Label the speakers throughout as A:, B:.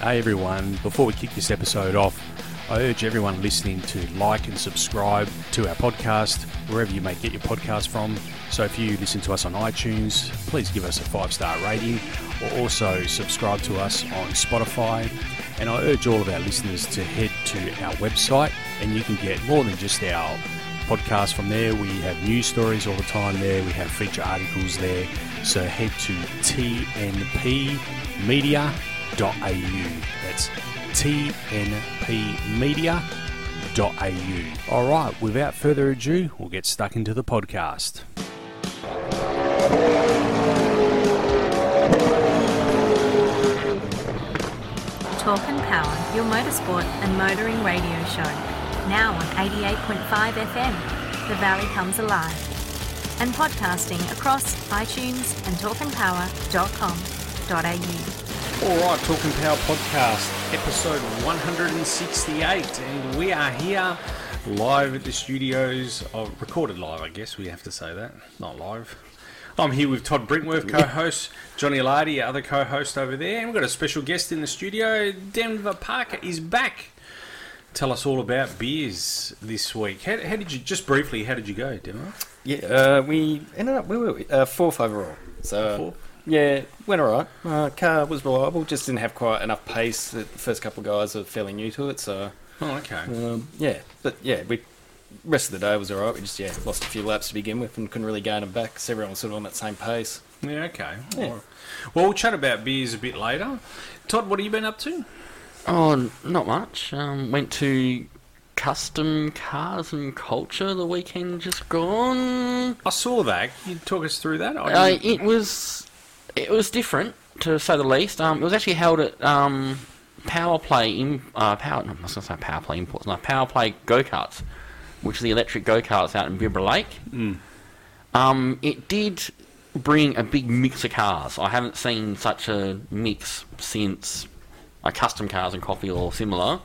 A: Hey everyone, before we kick this episode off, I urge everyone listening to like and subscribe to our podcast, wherever you may get your podcast from. So if you listen to us on iTunes, please give us a five star rating or also subscribe to us on Spotify. And I urge all of our listeners to head to our website and you can get more than just our podcast from there. We have news stories all the time there, we have feature articles there. So head to TNP tnpmedia.au. That's tnpmedia.au. All right, without further ado, we'll get stuck into the podcast.
B: Talk and Power, your motorsport and motoring radio show. Now on 88.5 FM, The Valley Comes Alive. And podcasting across iTunes and talkandpower.com.au.
A: All right, Talking Power Podcast, episode 168, and we are here live at the studios. Of, recorded live, I guess we have to say that. Not live. I'm here with Todd Brinkworth, co host, Johnny Lardy, our other co host over there, and we've got a special guest in the studio. Denver Parker is back. Tell us all about beers this week. How, how did you, just briefly, how did you go, Denver?
C: Yeah, uh, we ended up where were we? Uh, fourth overall. So uh,
A: Fourth?
C: yeah, went all right. Uh, car was reliable, just didn't have quite enough pace. The first couple of guys are fairly new to it, so
A: Oh, okay.
C: um, yeah. But yeah, we rest of the day was all right. We just yeah lost a few laps to begin with and couldn't really gain them back. So everyone was sort of on that same pace.
A: Yeah, okay.
C: Yeah.
A: All right. Well, we'll chat about beers a bit later. Todd, what have you been up to?
D: Oh, n- not much. Um, went to Custom Cars and Culture the weekend just gone.
A: I saw that. Can you talk us through that? Oh, I
D: Uh,
A: didn't-
D: it was it was different to say the least. Um, it was actually held at um, Power Play in uh, Power. No, I was going to say Power Play Imports. No, Power Play Go Karts, which are the electric go karts out in Bibra Lake. Um, it did bring a big mix of cars. I haven't seen such a mix since uh, custom cars and coffee or similar.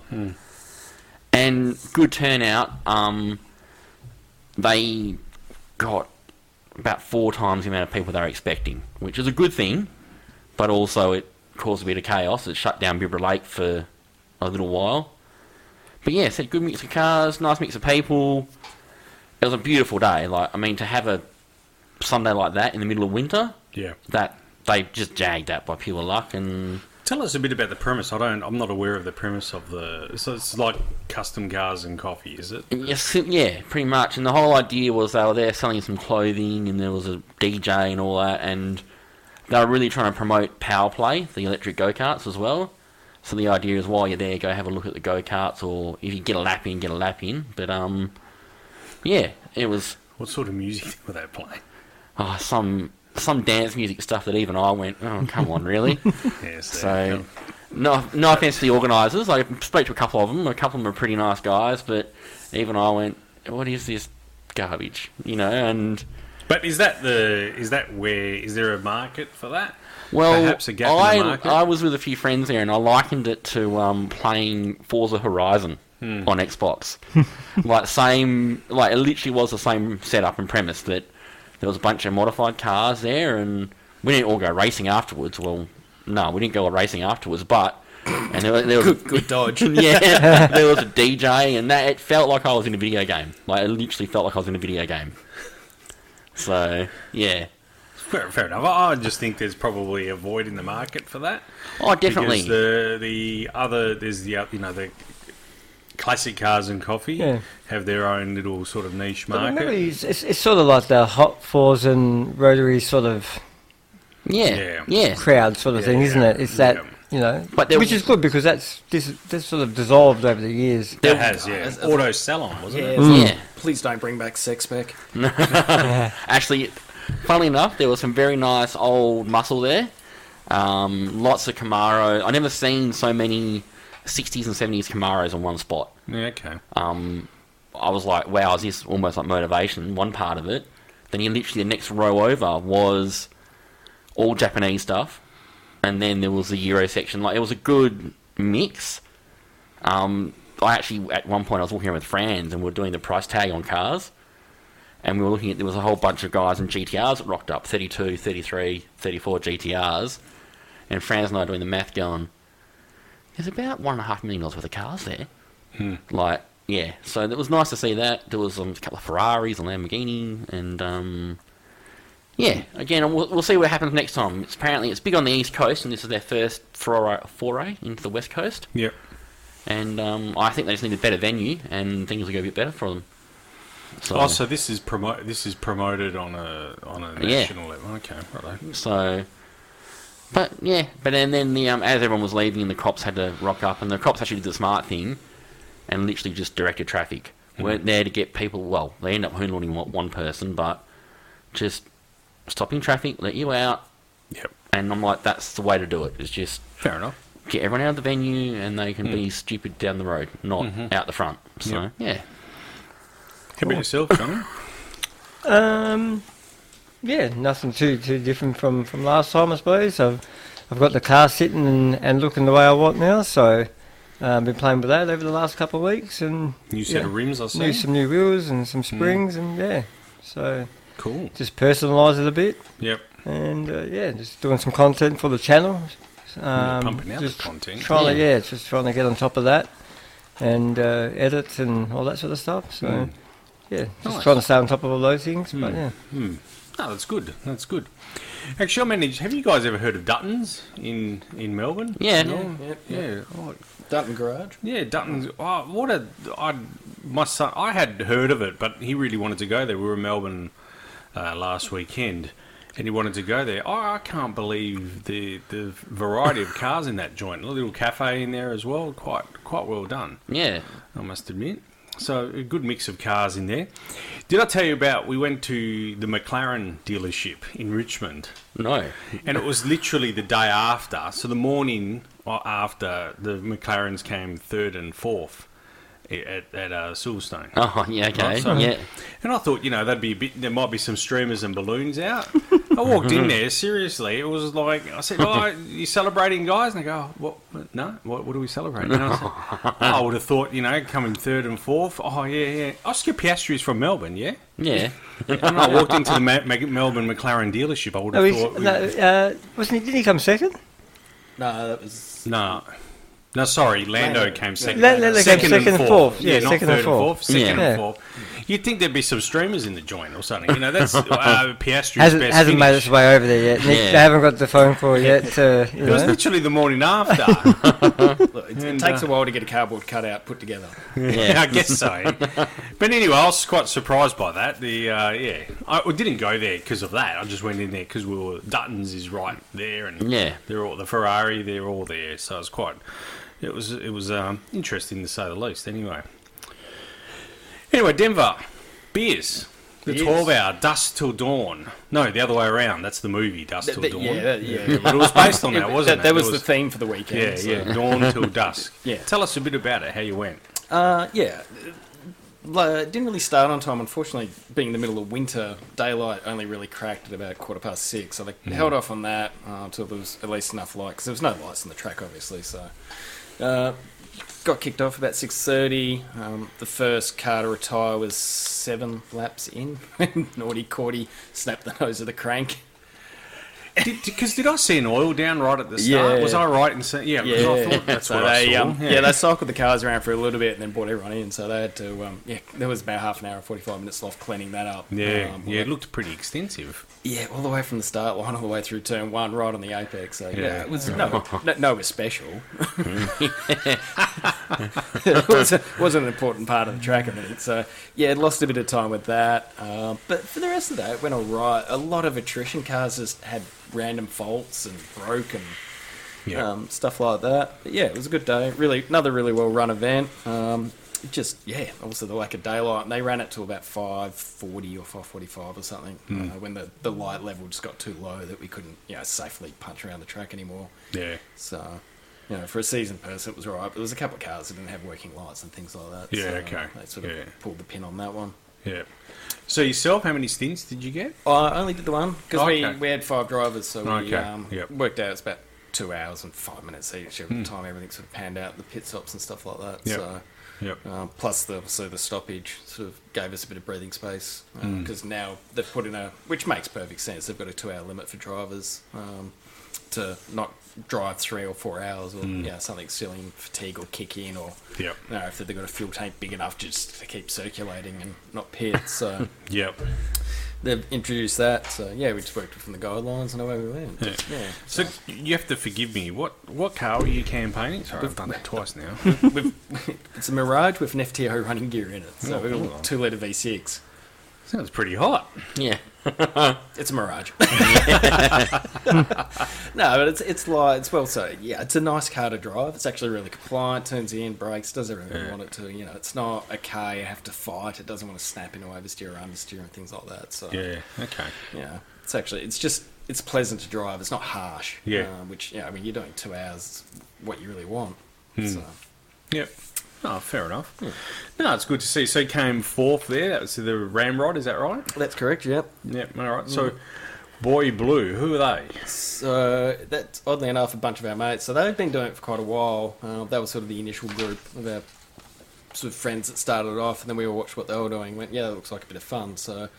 D: And good turnout. Um, they got about four times the amount of people they were expecting, which is a good thing, but also it caused a bit of chaos. It shut down Bibra Lake for a little while. But yeah, it's a good mix of cars, nice mix of people. It was a beautiful day. Like, I mean, to have a Sunday like that in the middle of winter,
A: Yeah.
D: that they just jagged that by pure luck. And
A: Tell us a bit about the premise. I don't. I'm not aware of the premise of the. So it's like custom cars and coffee, is it?
D: yes, yeah, pretty much. And the whole idea was they were there selling some clothing, and there was a DJ and all that, and they were really trying to promote Power Play, the electric go karts as well. So the idea is while you're there, go have a look at the go karts, or if you get a lap in, get a lap in. But um, yeah, it was
A: What sort of music were they playing?
D: oh, some some dance music stuff that even I went, oh come on, really.
A: Yes. there
D: So,
A: you
D: no, no offense to the organisers. I spoke to a couple of them. A couple of them are pretty nice guys, but even I went, "What is this garbage?" You know. And
A: go. But is that the? Is that where? Is there a market for that?
D: well,
A: Perhaps a gap in the
D: I
A: market?
D: I was with a few friends there, and I likened it to um, playing Forza Horizon
A: Hmm.
D: on Xbox. like same, like it literally was the same setup and premise that there was a bunch of modified cars there, and we didn't all go racing afterwards. Well, no, we didn't go racing afterwards, but. And there, were- there was
C: Good dodge.
D: yeah, there was a DJ, and that it felt like I was in a video game. Like it literally felt like I was in a video game. So yeah,
A: Fair, fair enough. I I just think there's probably a void in the market for that.
D: oh definitely.
A: Because the the other there's the you know the classic cars and coffee
E: Yeah.
A: have their own little sort of niche
E: But
A: market.
E: remember, it's, it's, it's sort of like the hot fours and rotary sort of
D: yeah,
A: yeah.
D: yeah,
E: crowd sort of
A: Yeah,
E: thing, isn't it? It's that
A: yeah.
E: you know,
D: But there
E: which
D: was-
E: is good because that's this that's sort of dissolved over the years.
A: That has yeah.
C: As- as-
A: Auto salon wasn't
C: Yeah,
A: it?
C: it's like,
D: Yeah.
C: Please don't bring back sex back.
D: Actually, funnily enough, there was some very nice old muscle there. Um, lots of Camaro. I never seen so many '60s and '70s Camaros in one spot.
A: Yeah. Okay.
D: um, I was like, wow, is this almost like motivation? One part of it. Then you literally the next row over was all Japanese stuff, and then there was the Euro section. Like it was a good mix. Um, I actually at one point I was walking around with friends and we were doing the price tag on cars, and we were looking at there was a whole bunch of guys in GTRs that rocked up 32, 33, 34 GTRs, and Franz and I doing the math going. There's about one and a half million dollars worth of cars there. Like, yeah. So it was nice to see that. There was um, a couple of Ferraris and Lamborghini, and um, yeah. Again, we'll, we'll see what happens next time. It's apparently it's big on the East Coast, and this is their first foray, foray into the West Coast.
A: Yep.
D: And um, I think they just need a better venue, and things will go a bit better for them. So,
F: Oh, so this is promo- This is promoted on a on a
D: Oh, Yeah.
F: national level. Okay, right.
D: So, but yeah, but and then the um, as everyone was leaving, the cops had to rock up, and the cops actually did the smart thing, and literally just directed traffic.
A: Mm-hmm.
D: weren't there to get people. Well, they end up hoonlording one- one person, but just stopping traffic, let you out,
A: Yep.
D: and I'm like, that's the way to do it. It's just
A: Fair enough. Mm.
D: get everyone out of the venue, and they can be stupid down the road, not
A: Mm-hmm.
D: out the front. So yeah,
A: How about yourself, Johnny?
E: Um, yeah, nothing too too different from, from last time, I suppose. I've I've got the car sitting and, and looking the way I want now, so uh, I've been playing with that over the last couple of weeks and
F: New set of rims, I see.
E: new some new wheels and some
A: Mm.
E: springs and yeah, so
F: Cool.
E: just personalise it a bit
F: Yep.
E: and uh, yeah, just doing some content for the channel. Um,
F: pumping out the
E: just
F: content.
E: Trying to,
D: Yeah.
E: yeah, just trying to get on top of that and uh, edit and all that sort of stuff. So yeah, just
F: Mm. Nice. Mm.
E: trying to stay on top of all those things. But yeah.
F: Oh, that's good. That's good. Actually, I managed. Have you guys ever heard of Duttons in in Melbourne?
D: yeah.
C: Yep, yep.
F: Yeah. Oh,
C: Dutton Garage.
F: yeah. Duttons. Oh, what a. I my son. I had heard of it, but he really wanted to go there. We were in Melbourne uh, last weekend, and he wanted to go there. Oh, I can't believe the the variety of cars in that joint. A little cafe in there as well. Quite quite well done.
D: yeah.
F: I must admit. So a good mix of cars in there. Did I tell you about? We went to the McLaren dealership in Richmond,
D: No.
F: and it was literally the day after. So the morning a- after, the McLarens came third and fourth i- at at uh, Silverstone.
D: Oh yeah. Okay.
F: so-
D: yeah.
F: And I thought, you know, that'd be a bit. There might be some streamers and balloons out. I walked in there. Seriously, it was like I said, "Oh, you celebrating, guys?" And they go, "What? No, what, what are we celebrating?" And I, said, "Oh, I would have thought, you know, coming third and fourth. Oh yeah, yeah. Oscar Piastri's from Melbourne, yeah.
D: Yeah.
F: And I walked into the Ma- Mag- Melbourne McLaren dealership. I would
E: No,
F: have
E: he's,
F: thought,
E: no,
F: no,
E: uh, wasn't he? Didn't he come second?
C: No, that was.
F: no, sorry, Lando,
C: Lando.
F: came second.
E: Lando came second and fourth.
F: Yeah,
E: Yeah,
F: not
E: second
F: third
E: and
F: and
E: fourth.
F: fourth. Second
E: Yeah.
F: and fourth. You'd think there'd be some streamers in the joint or something. You know, that's uh, Piastri's
E: Hasn't,
F: best
E: hasn't made
F: finish.
E: its way over there yet. Nick,
D: Yeah.
E: They haven't got the phone call yet. To, you
F: It was
E: know.
F: literally the morning after.
C: Look, it, it takes a while to get a cardboard cutout put together.
F: yeah, I guess so. But anyway, I was quite surprised by that. The uh, yeah, I I didn't go there because of that. I just went in there because we were Dutton's is right there, and
D: Yeah.
F: they're all the Ferrari, they're all there. So it was quite. It was it was um, interesting to say the least. Anyway, anyway, Denver beers. The
C: Beers.
F: twelve hour dusk till dawn. No, the other way around. That's the movie Dusk
C: That-
F: till
C: that-
F: dawn.
C: yeah, that- yeah.
F: But it was based on that,
C: It-
F: wasn't it?
C: that, that
F: It
C: was, the theme for the weekend.
F: Yeah,
C: so-
F: yeah, dawn till dusk.
C: Yeah.
F: Tell us a bit about it, how you went.
C: Uh, yeah. Well, It didn't really start on time. Unfortunately, being in the middle of winter, daylight only really cracked at about quarter past six. So they held off on that uh, until there was at least enough light, because there was no lights on the track, obviously. So uh, got kicked off about six thirty. Um, the first car to retire was seven laps in. Naughty Cordy snapped the nose of the crank.
F: Because did, I see an oil down right at the start?
C: Yeah.
F: Was I right in saying? Yeah, 'cause Oh, I thought that's
C: so
F: what
C: they,
F: I saw.
C: Um, yeah. they cycled the cars around for a little bit and then brought everyone in. So they had to, um, yeah, there was about half an hour, and 45 minutes left cleaning that up.
F: yeah,
C: Um,
F: yeah, it looked pretty extensive.
C: yeah, all the way from the start line, all the way through turn one, right on the apex. So, yeah,
F: Yeah.
C: it was no, no, no was special. it was, a, was an important part of the track of it. So, yeah, it lost a bit of time with that. Um, but for the rest of that, it went all right. A lot of attrition cars just had random faults and broke and
F: Yeah.
A: Oh,
C: um, stuff like that. But yeah, it was a good day. Really, another really well run event. Um, it just yeah, also the lack of daylight. And they ran it to about five forty or five forty-five or something
F: Hmm.
C: uh, when the the light level just got too low that we couldn't you know safely punch around the track anymore.
F: yeah,
C: So. You know, for a seasoned person, it was alright. But there was a couple of cars that didn't have working lights and things like that.
F: Yeah,
C: so
F: okay.
C: They sort of
F: Yeah.
C: pulled the pin on that one.
F: yeah. So yourself, how many stints did you get?
C: Oh, I only did the one because
F: Okay.
C: we, we had five drivers, so we
F: Okay,
C: um,
F: yep. Hmm.
C: worked out it's about two hours and five minutes each. Every time everything sort of panned out, the pit stops and stuff like that.
F: Yep.
C: So,
F: Yep.
C: um, plus the so the stoppage sort of gave us a bit of breathing space
F: Hmm.
C: because now they've put in a which makes perfect sense. They've got a two hour limit for drivers um, to not drive three or four hours, or
F: Hmm.
C: yeah, something silly, fatigue will kick in, or
F: Yep.
C: you know, if they've got a fuel tank big enough just to keep circulating and not pit. So
F: Yep.
C: they've introduced that. So yeah, we just worked from the guidelines and away we went.
F: Yeah.
C: yeah.
F: So you have to forgive me. What what car are you campaigning? Sorry, I've done that twice now.
C: It's a Mirage with an FTO running gear in it. So
F: Oh,
C: we've
F: cool.
C: got a two litre V6.
F: Sounds pretty hot.
D: Yeah.
C: It's a Mirage. no, but it's it's light. It's well so yeah. It's a nice car to drive. It's actually really compliant. Turns in, brakes, does everything you want it to. You know, it's not a car you have to fight. It doesn't want to snap into oversteer or understeer and things like that. So
F: Yeah. Okay.
C: yeah, it's actually it's just it's pleasant to drive. It's not harsh.
F: Yeah.
C: uh, which yeah, I mean you're doing two hours. It's what you really want.
F: Hmm.
C: So
F: Yep. Oh, fair enough. No, it's good to see. So you came fourth there. That was the Ramrod. Is that right?
C: that's correct. Yep.
F: Yep. All right. So, Boy Blue. Who are they?
C: So that's oddly enough a bunch of our mates. So they've been doing it for quite a while. Uh, that was sort of the initial group of our sort of friends that started it off, and then we all watched what they were doing. and Went, yeah, that looks like a bit of fun. So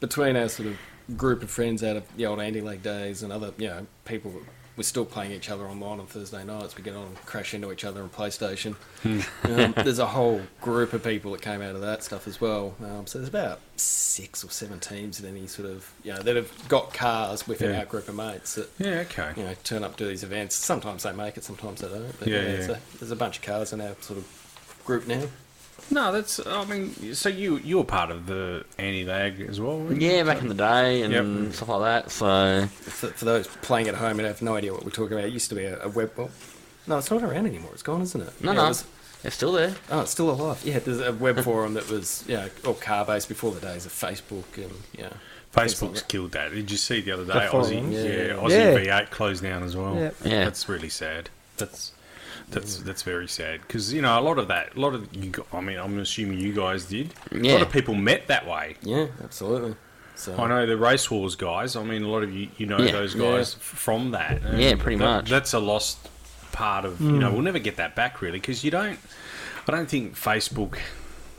C: between our sort of group of friends out of the old Andy League days and other, you know, people. that We're still playing each other online on Thursday nights. We get on, and crash into each other on PlayStation.
F: Hmm.
C: um, there's a whole group of people that came out of that stuff as well. Um, so there's about six or seven teams in any sort of, you know, that have got cars within
F: Yeah.
C: our group of mates that
F: Yeah. Okay.
C: you know, turn up to these events. Sometimes they make it, sometimes they don't. But yeah,
F: Yeah, yeah.
C: there's a- there's a bunch of cars in our sort of group now.
F: No, that's. I mean, so you you were part of the anti lag as well. weren't you?
D: Yeah, back in the day and
F: Yep.
D: stuff like that. So
C: For, for those playing at home and have no idea what we're talking about, it used to be a, a web. Well, no, it's not around anymore. It's gone, isn't it?
D: no,
C: Yeah, it
D: no,
C: was-
D: it's still there.
C: oh, it's still alive. Yeah, there's a web forum that was yeah, all car based before the days of Facebook and yeah. things like
F: Facebook's
C: that.
F: killed that. Did you see the other day?
E: The
F: Aussie,
E: forums?
F: yeah,
C: Yeah.
F: Aussie
E: Yeah.
F: V8 closed down as well.
E: Yeah.
D: Yeah.
F: that's really sad. That's that's that's very sad because you know a lot of that, a lot of you. gu- I mean, I'm assuming you guys did. A lot
D: Yeah.
F: of people met that way.
C: Yeah, absolutely. So
F: I know the race wars guys. I mean, a lot of you you know
D: Yeah.
F: those
C: Yeah.
F: guys f from that. and
D: Yeah, pretty
F: that-
D: much.
F: That's a lost part of you know. We'll never get that back really because you don't. I don't think Facebook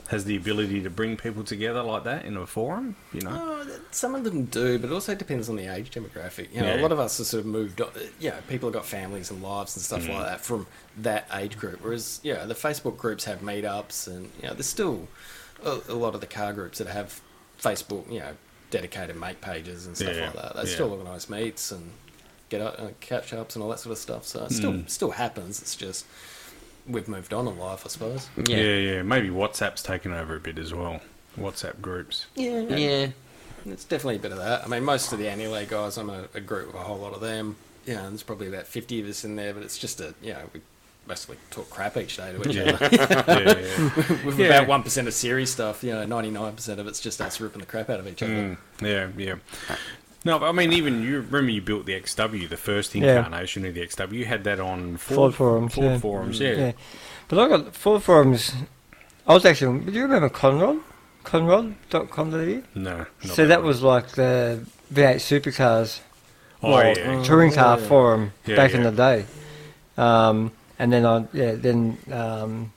F: has the ability to bring people together like that in a forum. You know.
C: Oh, that- some of them do, but it also depends on the age demographic. You know,
F: Yeah.
C: a lot of us have sort of moved on. You know, people have got families and lives and stuff
F: Mm.
C: like that from that age group. Whereas, you know, the Facebook groups have meetups and, you know, there's still a, a lot of the car groups that have Facebook, you know, dedicated mate pages and stuff
F: Yeah,
C: like that. They
F: yeah.
C: still organise meets and get up, uh, catch ups and all that sort of stuff. So it still,
F: Mm.
C: still happens. It's just we've moved on in life, I suppose.
F: Yeah.
D: Yeah.
F: yeah, Maybe WhatsApp's taken over a bit as well. WhatsApp groups.
D: Yeah.
C: It's definitely a bit of that. I mean, most of the anti guys, I'm a, a group with a whole lot of them. Yeah, and there's probably about 50 of us in there, but it's just a, you know, we mostly talk crap each day to each other.
F: Yeah, yeah,
C: with
F: Yeah.
C: about 1% of serious stuff, you know, 99% of it's just us ripping the crap out of each other.
F: Mm, yeah, yeah. No, but I mean, even you remember you built the XW, the first
E: Yeah.
F: incarnation of the XW. You had that on
E: Ford forums,
F: Ford
E: yeah.
F: forums, yeah.
E: Yeah. But I got four forums. I was actually. Do you remember Conrad? Conrad.com.au?
F: No. not
E: So that
F: one.
E: was like the V8 supercars
F: Oh
E: or
F: yeah.
E: touring car forum
F: Yeah,
E: back in
F: yeah.
E: the day. Um, and then I yeah then um,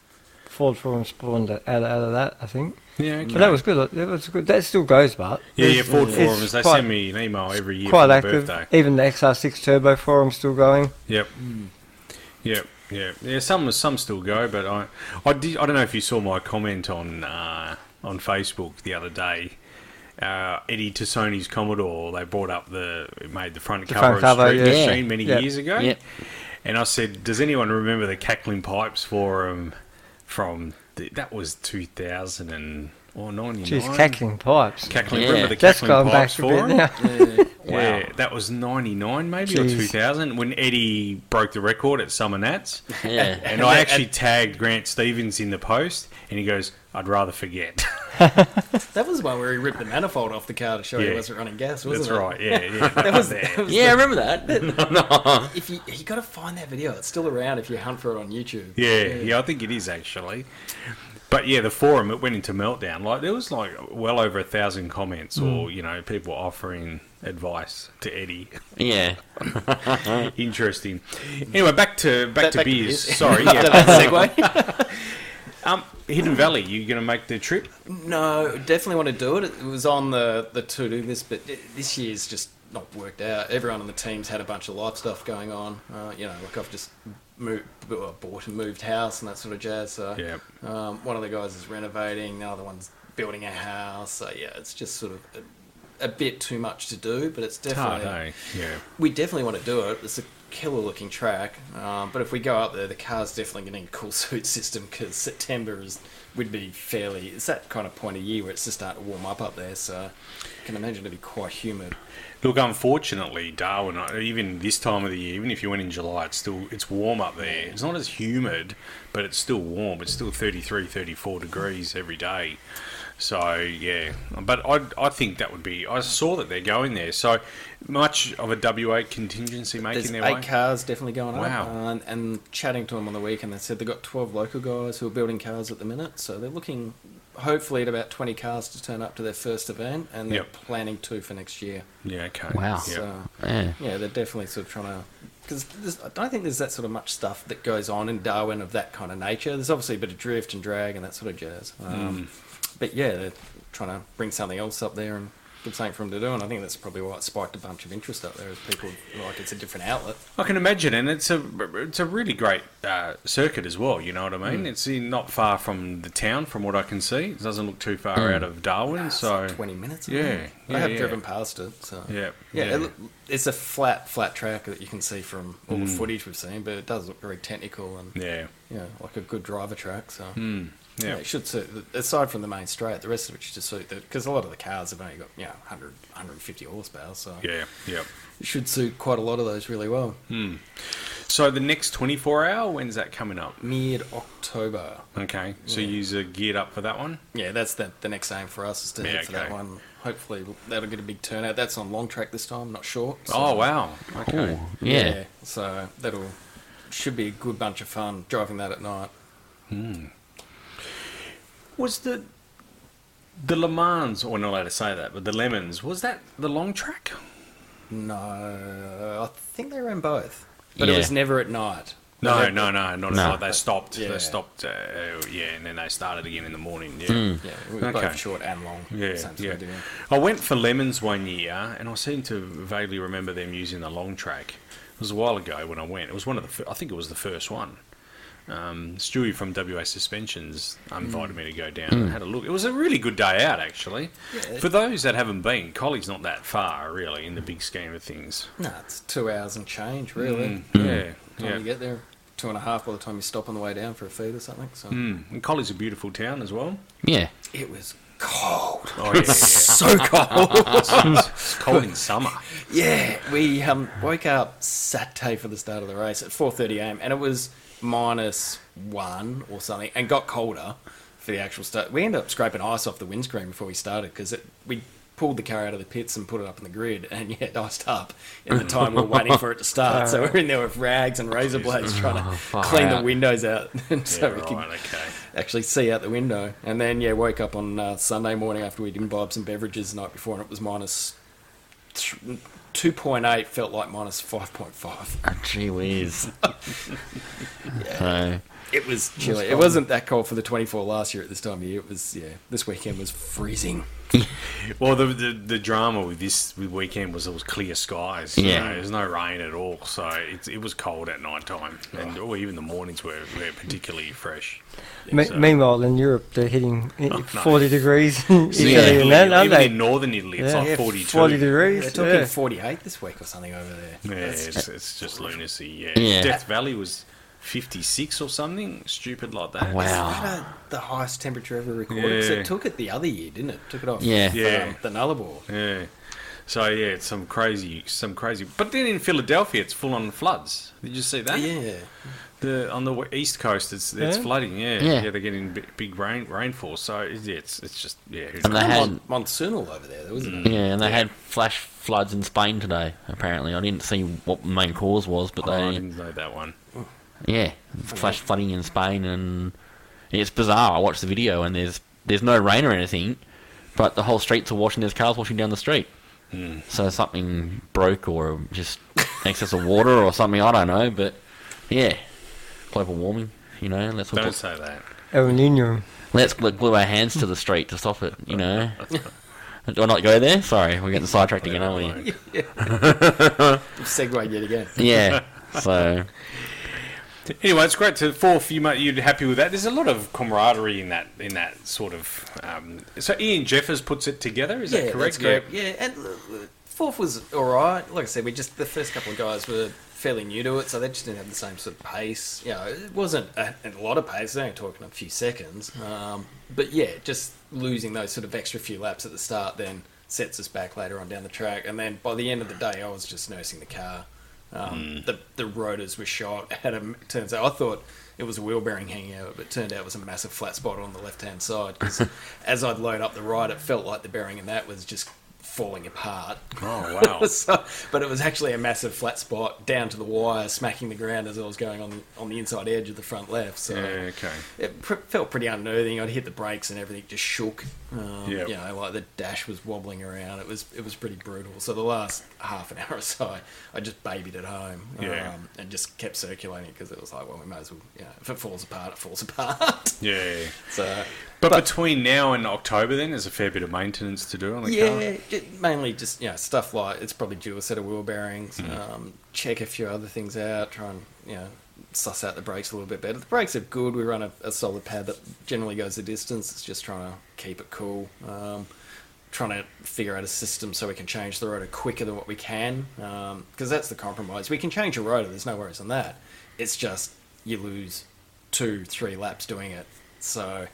E: Ford forum spawned out, out of that I think.
F: Yeah, okay.
E: But that was good. uh, That was good. That still goes, but
F: yeah, yeah.
E: it's-
F: Ford
E: it's
F: forums. They
E: quite-
F: send me an email every year for
E: Quite
F: my
E: active.
F: birthday.
E: Even the XR6 Turbo forum's still going.
F: Yep. Yep. Yeah. Yeah. Some some still go, but I I did. I don't know if you saw my comment on uh, on Facebook the other day. Uh, Eddie Tassoni's Commodore. They brought up the it made the front
E: The
F: cover
E: front
F: of
E: cover,
F: Street
E: yeah.
F: Machine many
E: Yeah.
F: years ago.
D: Yeah.
F: And I said, "Does anyone remember the Cackling Pipes forum from the, that was two thousand and or ninety nine?
E: Jeez, cackling pipes.
F: Cackling.
D: Yeah.
F: Remember the
E: That's
F: Cackling
E: gone back
F: Pipes
E: a bit
F: forum?
E: now.
F: Yeah, that was 99 maybe or
E: Jeez.
F: 2000 when Eddie broke the record at Summer Nats.
D: Yeah.
F: And I actually tagged Grant Stevens in the post and he goes, I'd rather forget.
C: That was one where he ripped the manifold off the car to show
F: Yeah.
C: he wasn't running gas, wasn't
F: That's
C: it?
F: right. Yeah, yeah. that was there.
D: Yeah, I remember that.
C: If you you got to find that video, it's still around if you hunt for it on YouTube.
F: Yeah, yeah, I think it is actually. But yeah, the forum it went into meltdown. Like there was like well over a thousand comments, or
E: Mm.
F: you know, people offering advice to Eddie.
D: yeah.
F: Interesting. Anyway, back to back, to
C: back to
F: beers.
C: beers.
F: Sorry, yeah.
C: Segway?
F: Um, Hidden Valley, you gonna make the trip?
C: no, definitely want to do it. It was on the, the to do list, but it- this year's just not worked out. Everyone on the team's had a bunch of life stuff going on. Uh, you know, like I've just moved, well, bought and moved house and that sort of jazz. So
F: Yeah.
C: um, one of the guys is renovating, the other one's building a house. So yeah, it's just sort of a, a bit too much to do, but it's
F: Hard,
C: definitely
F: eh? Yeah.
C: we definitely want to do it. It's a killer looking track, um, but if we go up there, the car's definitely getting a cool suit system because September is would be fairly. It's that kind of point of year where it's just starting to warm up up there, so I can imagine it'd be quite humid.
F: Look, unfortunately, Darwin, uh, even this time of the year, even if you went in July, it's still it's warm up there. It's not as humid, but it's still warm. It's still 33, 34 degrees every day. So yeah, but I I think that would be. I saw that they're going there. So much of a WA contingency making
C: There's
F: their
C: eight
F: way.
C: cars definitely going up. uh,
F: Wow.
C: And, and chatting to them on the weekend, they said they've got 12 local guys who are building cars at the minute. So they're looking, hopefully, at about 20 cars to turn up to their first event, and they're
F: Yep.
C: planning two for next year. Uh,
F: yeah. Okay.
D: Wow.
F: Yeah.
C: So,
D: Yeah.
C: yeah, they're definitely sort of trying to. Because I don't think there's that sort of much stuff that goes on in Darwin of that kind of nature. There's obviously a bit of drift and drag and that sort of jazz. Um,
F: Hmm.
C: But yeah, they're trying to bring something else up there and give something for them to do. And I think that's probably why it spiked a bunch of interest up there, is people like it's a different outlet.
F: I can imagine, and it's a it's a really great uh, circuit as well. You know what I mean? It's in, not far from the town, from what I can see. It doesn't look too far out of Darwin,
C: It's
F: so
C: like 20 minutes. I
F: Yeah,
C: think. I
F: yeah,
C: have
F: yeah.
C: driven past it. So
F: Yeah,
C: yeah,
F: yeah.
C: It, look- it's a flat, flat track that you can see from all the footage we've seen, but it does look very technical and
F: Hmm. yeah,
C: yeah, like a good driver track. So.
F: yeah.
C: Yeah. it should suit. the- Aside from the main straight, the rest of it should suit. Because a lot of the cars have only got you know 100, 150 horsepower, so
F: Yeah, yeah.
C: it should suit quite a lot of those really well.
F: So the next 24 hour, when's that coming up?
C: Mid October.
F: Okay, so you're geared up for that one?
C: Yeah, that's the, the next aim for us is to
F: Yeah,
C: head for that
F: okay.
C: one. Hopefully that'll get a big turnout. That's on long track this time, not short. so-
F: oh, wow. Okay.
D: Ooh, yeah.
C: So that'll should be a good bunch of fun driving that at night.
F: Was the the Le Mans, or not allowed to say that, but the Lemons, was that the long track?
C: No, I think they ran both, but it
D: Yeah.
C: was never at night.
F: No,
C: They-
F: no, no, not
D: No.
F: no. They stopped.
C: Yeah.
F: They stopped. Uh, yeah, and then they started again in the morning. Yeah.
C: Yeah, it was both
F: Okay.
C: short and long.
F: Yeah,
C: same sort
F: yeah.
C: of deal.
F: I went for lemons one year, and I seem to vaguely remember them using the long track. It was a while ago when I went. It was one of the. fir- I think it was the first one. Um, Stewie from WA Suspensions invited me to go down and had a look. It was a really good day out, actually. For those that haven't been, Collie's not that far, really, in the big scheme of things.
C: No, it's two hours and change, really. Time
F: Yeah, Mm. yeah.
C: you get there, two and a half by the time you stop on the way down for a feed or something. So
F: Mm. And Collie's a beautiful town as well.
D: Yeah.
C: it was cold,
F: Oh, yeah, yeah.
C: so cold.
F: Ah, it's cold in summer.
C: yeah, we um, woke up Saturday for the start of the race at four thirty a.m. and it was minus one or something, and got colder for the actual start. We ended up scraping ice off the windscreen before we started because we. Pulled the car out of the pits and put it up in the grid, and yeah, it iced up in the time we were waiting for it to start. So we're in there with rags and razor blades trying to
D: far
C: clean the
D: out.
C: windows out,
F: Oh, Yeah,
C: so we
F: right,
C: could
F: okay.
C: actually see out the window. And then, yeah, woke up on uh, Sunday morning after we'd imbibed some beverages the night before, and it was minus th- 2.8, felt like minus 5.5.
D: Oh, gee whiz. So,
C: It was chilly. It wasn't that cold for the 24 last year at this time of year. It was, yeah, this weekend was freezing.
F: Well, the, the the drama with this weekend was it was clear skies. You
D: Yeah.
F: know, there's no rain at all, so it, it was cold at night time, and
D: Oh.
F: or even the mornings were, were particularly fresh.
E: Me-
F: So- Oh,
E: Meanwhile, in Europe, they're hitting i- 40 degrees in
F: So
E: Italy
F: yeah,
E: and that,
F: even
E: aren't they?
F: in northern Italy, it's
E: Yeah.
F: like
E: Yeah,
F: 42.
E: 40 degrees.
C: They're talking
E: yeah.
C: 48 this week or something over there.
F: Yeah,
C: That's
F: it's, it's just lunacy. Yeah.
D: Yeah.
F: Death Valley was 56 or something stupid like that.
D: wow.
C: about a- uh, the highest temperature ever recorded. 'Cause
F: Yeah.
C: it took it the other year, didn't it? Took it off
D: Yeah.
C: um,
F: Yeah.
C: the Nullarbor.
F: Yeah. So yeah, it's some crazy, some crazy. But then in Philadelphia, it's full on floods. Did you see that?
C: Yeah.
F: The on the we- east coast, it's it's
E: Yeah?
F: flooding. Yeah. yeah,
D: Yeah.
F: they're getting bi- big rain rainfall. So it's- yeah, it's it's just yeah. who
D: And
F: knows?
D: they had
C: Mon- monsoonal over there, though, isn't it?
D: yeah, and they had flash floods in Spain today. Apparently, I didn't see what the main cause was, but
F: Oh, I
D: they
F: didn't know that one.
D: yeah, flash flooding in Spain, and it's bizarre. I watched the video, and there's there's no rain or anything, but the whole streets are washing. There's cars washing down the street. So something broke, or just excess of water, or something. I don't know, but yeah, global warming. You know, let's all
F: Don't
D: put-
F: say that.
E: El Nino.
D: let's gl- glue our hands to the street to stop it. You know, Do I not go there? Sorry, we're getting sidetracked again, aren't we?
C: Segway yet again.
D: Yeah. So
F: Anyway, it's great to fourth. You might you'd happy with that. There's a lot of camaraderie in that in that sort of. Um, so Ian Jeffers puts it together. Is that
C: that's
F: correct?
C: correct. Yeah, and uh, uh, fourth was all right. Like I said, we just the first couple of guys were fairly new to it, so they just didn't have the same sort of pace. You know, it wasn't a, a lot of pace. They're only talking a few seconds. Um, but yeah, just losing those sort of extra few laps at the start then sets us back later on down the track. And then by the end of the day, I was just nursing the car.
F: Hmm.
C: Um, The the rotors were shot. Had a m turns out I thought it was a wheel bearing hanging out, but turned out it was a massive flat spot on the left hand side. 'cause as I'd load up the right, it felt like the bearing in that was just falling apart.
F: Oh wow!
C: So- but it was actually a massive flat spot down to the wire, smacking the ground as I was going on the, on the inside edge of the front left. So
F: yeah, okay.
C: it pr- felt pretty unnerving. I'd hit the brakes and everything just shook. Um,
F: Yep.
C: You know, like the dash was wobbling around. It was it was pretty brutal. So the last half an hour or so, I just babied it home
F: Yeah.
C: um, and just kept circulating because it was like, well, we may as well, you know, if it falls apart, it falls apart.
F: Yeah.
C: so
F: But, between now and October, then there's a fair bit of maintenance to do on the car.
C: yeah, ju- mainly just you know stuff like it's probably dual set of wheel bearings.
F: Mm.
C: Um, check a few other things out. Try and you know suss out the brakes a little bit better. The brakes are good. We run a, a solid pad that generally goes the distance. It's just trying to keep it cool. Um, trying to figure out a system so we can change the rotor quicker than what we can because that's the compromise. We can change a rotor. There's no worries on that. It's just you lose two, three laps doing it. So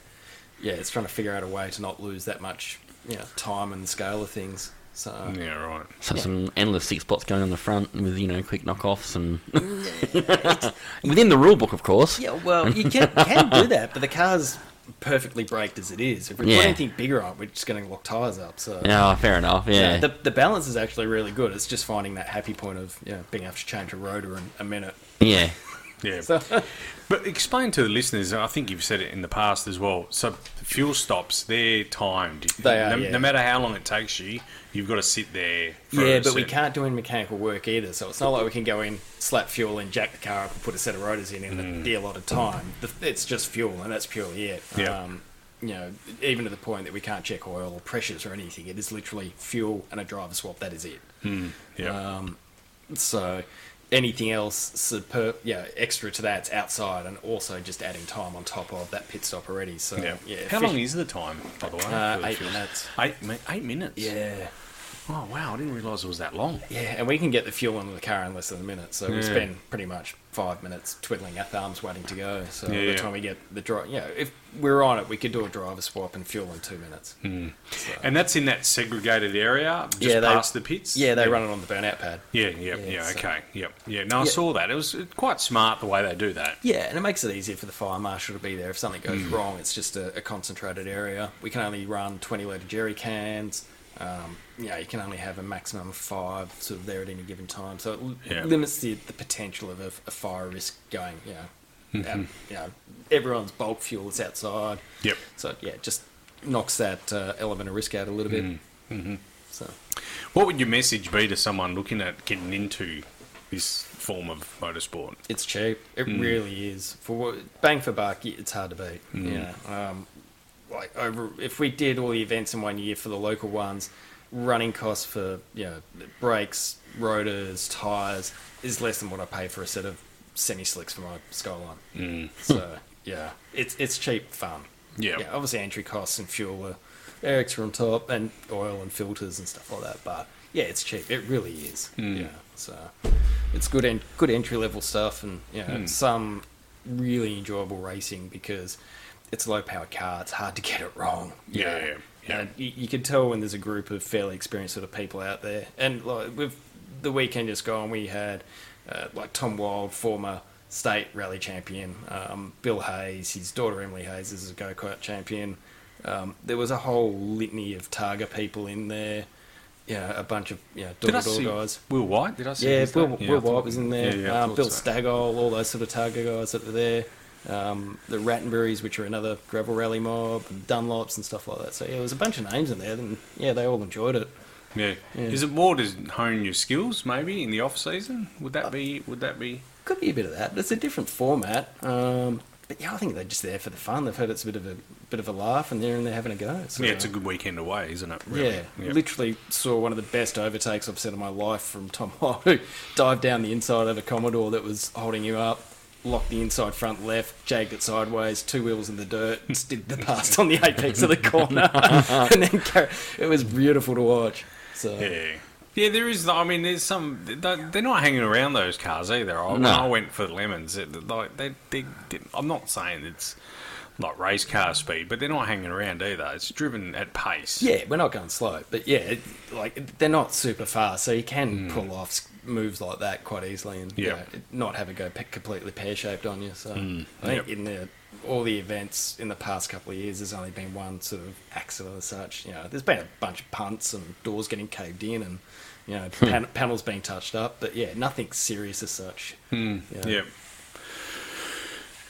C: yeah, it's trying to figure out a way to not lose that much you know, time and the scale of things. So
F: Yeah, right.
D: so some endless six spots going on the front with you know quick knockoffs and within the rule book, of course.
C: Yeah, well, you can, can do that, but the car's perfectly braked as it is. If we
D: Yeah.
C: put anything bigger on, it, we're just going to lock tires up. So
D: Yeah, oh, fair enough. Yeah.
C: the the balance is actually really good. It's just finding that happy point of you know, being able to change a rotor in a minute.
D: yeah.
F: Yeah.
C: So
F: But explain to the listeners, and I think you've said it in the past as well. So fuel stops, they're timed.
C: They are,
F: No,
C: yeah.
F: no matter how long it takes you, you've got to sit there. For
C: yeah,
F: a
C: but we
F: certain-
C: can't do any mechanical work either. So it's not like we can go in, slap fuel in, jack the car up, and put a set of rotors in, and
F: Mm.
C: it'd be a lot of time. The- It's just fuel, and that's purely it.
F: Yeah.
C: Um, you know, even to the point that we can't check oil or pressures or anything. It is literally fuel and a driver swap. That is it.
F: Yeah.
C: Oh, So anything else superb, yeah, extra to that's outside, and also just adding time on top of that pit stop already. So
F: yeah.
C: yeah,
F: how
C: effic-
F: long is the time, by the way?
C: uh,
F: for the
C: eight
F: fuel?
C: minutes?
F: Eight, mi- eight minutes.
C: Yeah.
F: Oh wow, I didn't realise it was that long.
C: Yeah, and we can get the fuel into the car in less than a minute, so
F: Yeah.
C: we spend pretty much five minutes twiddling our thumbs waiting to go. So by
F: Yeah, yeah.
C: the time we get the drive, yeah, if we're on it, we could do a driver swap and fuel in two minutes.
F: And that's in that segregated area, just
C: Hmm. Yeah, they-
F: past the pits.
C: Yeah, they run it on the burnout pad.
F: Yeah, yeah, yeah.
C: Yeah, so-
F: okay, yep, yeah. No, I
C: Yeah.
F: saw that. It was quite smart the way they do that.
C: Yeah, and it makes it easier for the fire marshal to be there. If something goes wrong, it's just a, a concentrated area. We can only run 20 litre jerry cans. Um, you know, you can only have a maximum of five sort of there at any given time. So it l-
F: Yeah.
C: limits the, the potential of a, a fire risk going, you know, out, you know, everyone's bulk fuel is outside.
F: Yep.
C: So, yeah, it just knocks that uh, element of risk out a little bit. So,
F: What would your message be to someone looking at getting into this form of motorsport?
C: it's cheap. It really is for what- bang for buck. y- It's hard to beat. Yeah. Um, like over, if we did all the events in one year for the local ones, running costs for you know brakes, rotors, tires is less than what I pay for a set of semi slicks for my Skyline. So yeah, it's it's cheap fun.
F: Yeah.
C: Yeah. Obviously, entry costs and fuel are they're extra on top, and oil and filters and stuff like that. But yeah, it's cheap. It really is. Yeah. So it's good and good entry level stuff, and you
F: Hmm.
C: know, some really enjoyable racing because it's a low power car. It's hard to get it wrong. you
F: Yeah,
C: know.
F: yeah, yeah.
C: And you, you can tell when there's a group of fairly experienced sort of people out there. And like with the weekend just gone, we had uh, like Tom Wild, former state rally champion, um, Bill Hayes, his daughter Emily Hayes is a go kart champion. Um, there was a whole litany of Targa people in there. Yeah, a bunch of yeah door to door guys.
F: Will White? Did I see?
C: Yeah,
F: his
C: Will,
F: name?
C: Will White was in there.
F: Yeah, yeah, I
C: um,
F: thought
C: Bill
F: so.
C: Stagall, all those sort of Targa guys that were there. Um, the Rattenberries, which are another gravel rally mob, and Dunlops and stuff like that. So yeah, there was a bunch of names in there, and yeah, they all enjoyed it.
F: Yeah. Is it more to hone your skills maybe in the off season? Would that be? Would that be?
C: Could be a bit of that, but it's a different format. Um, But yeah, I think they're just there for the fun. They've heard it's a bit of a bit of a laugh, and they're in there having a go. So,
F: Yeah, it's a good weekend away, isn't it? Really?
C: Yeah,
F: Yep.
C: literally saw one of the best overtakes I've seen in my life from Tom Hart, who dived down the inside of a Commodore that was holding him up, locked the inside front left, jagged it sideways, two wheels in the dirt, did the pass on the apex of the corner, and then car- it was beautiful to watch. So
F: Yeah. Yeah, there is. I mean, there's some. they- They're not hanging around those cars either. I, when
D: No.
F: I went for the lemons. it- Like they, they, didn't I'm not saying it's like race car speed, but they're not hanging around either. It's driven at pace.
C: Yeah, we're not going slow, but yeah, it, like they're not super fast, so you can pull off s- moves like that quite easily, and you
F: Hmm. Yeah. Hmm.
C: know, it- not have it go pe- completely pear shaped on you. So I
F: Yep.
C: think in the all the events in the past couple of years, there's only been one sort of accident as such. You know, there's been a bunch of punts and doors getting caved in, and you know,
F: Hmm.
C: pan- panels being touched up, but yeah, nothing serious as such. You know.
F: Hmm. Yeah.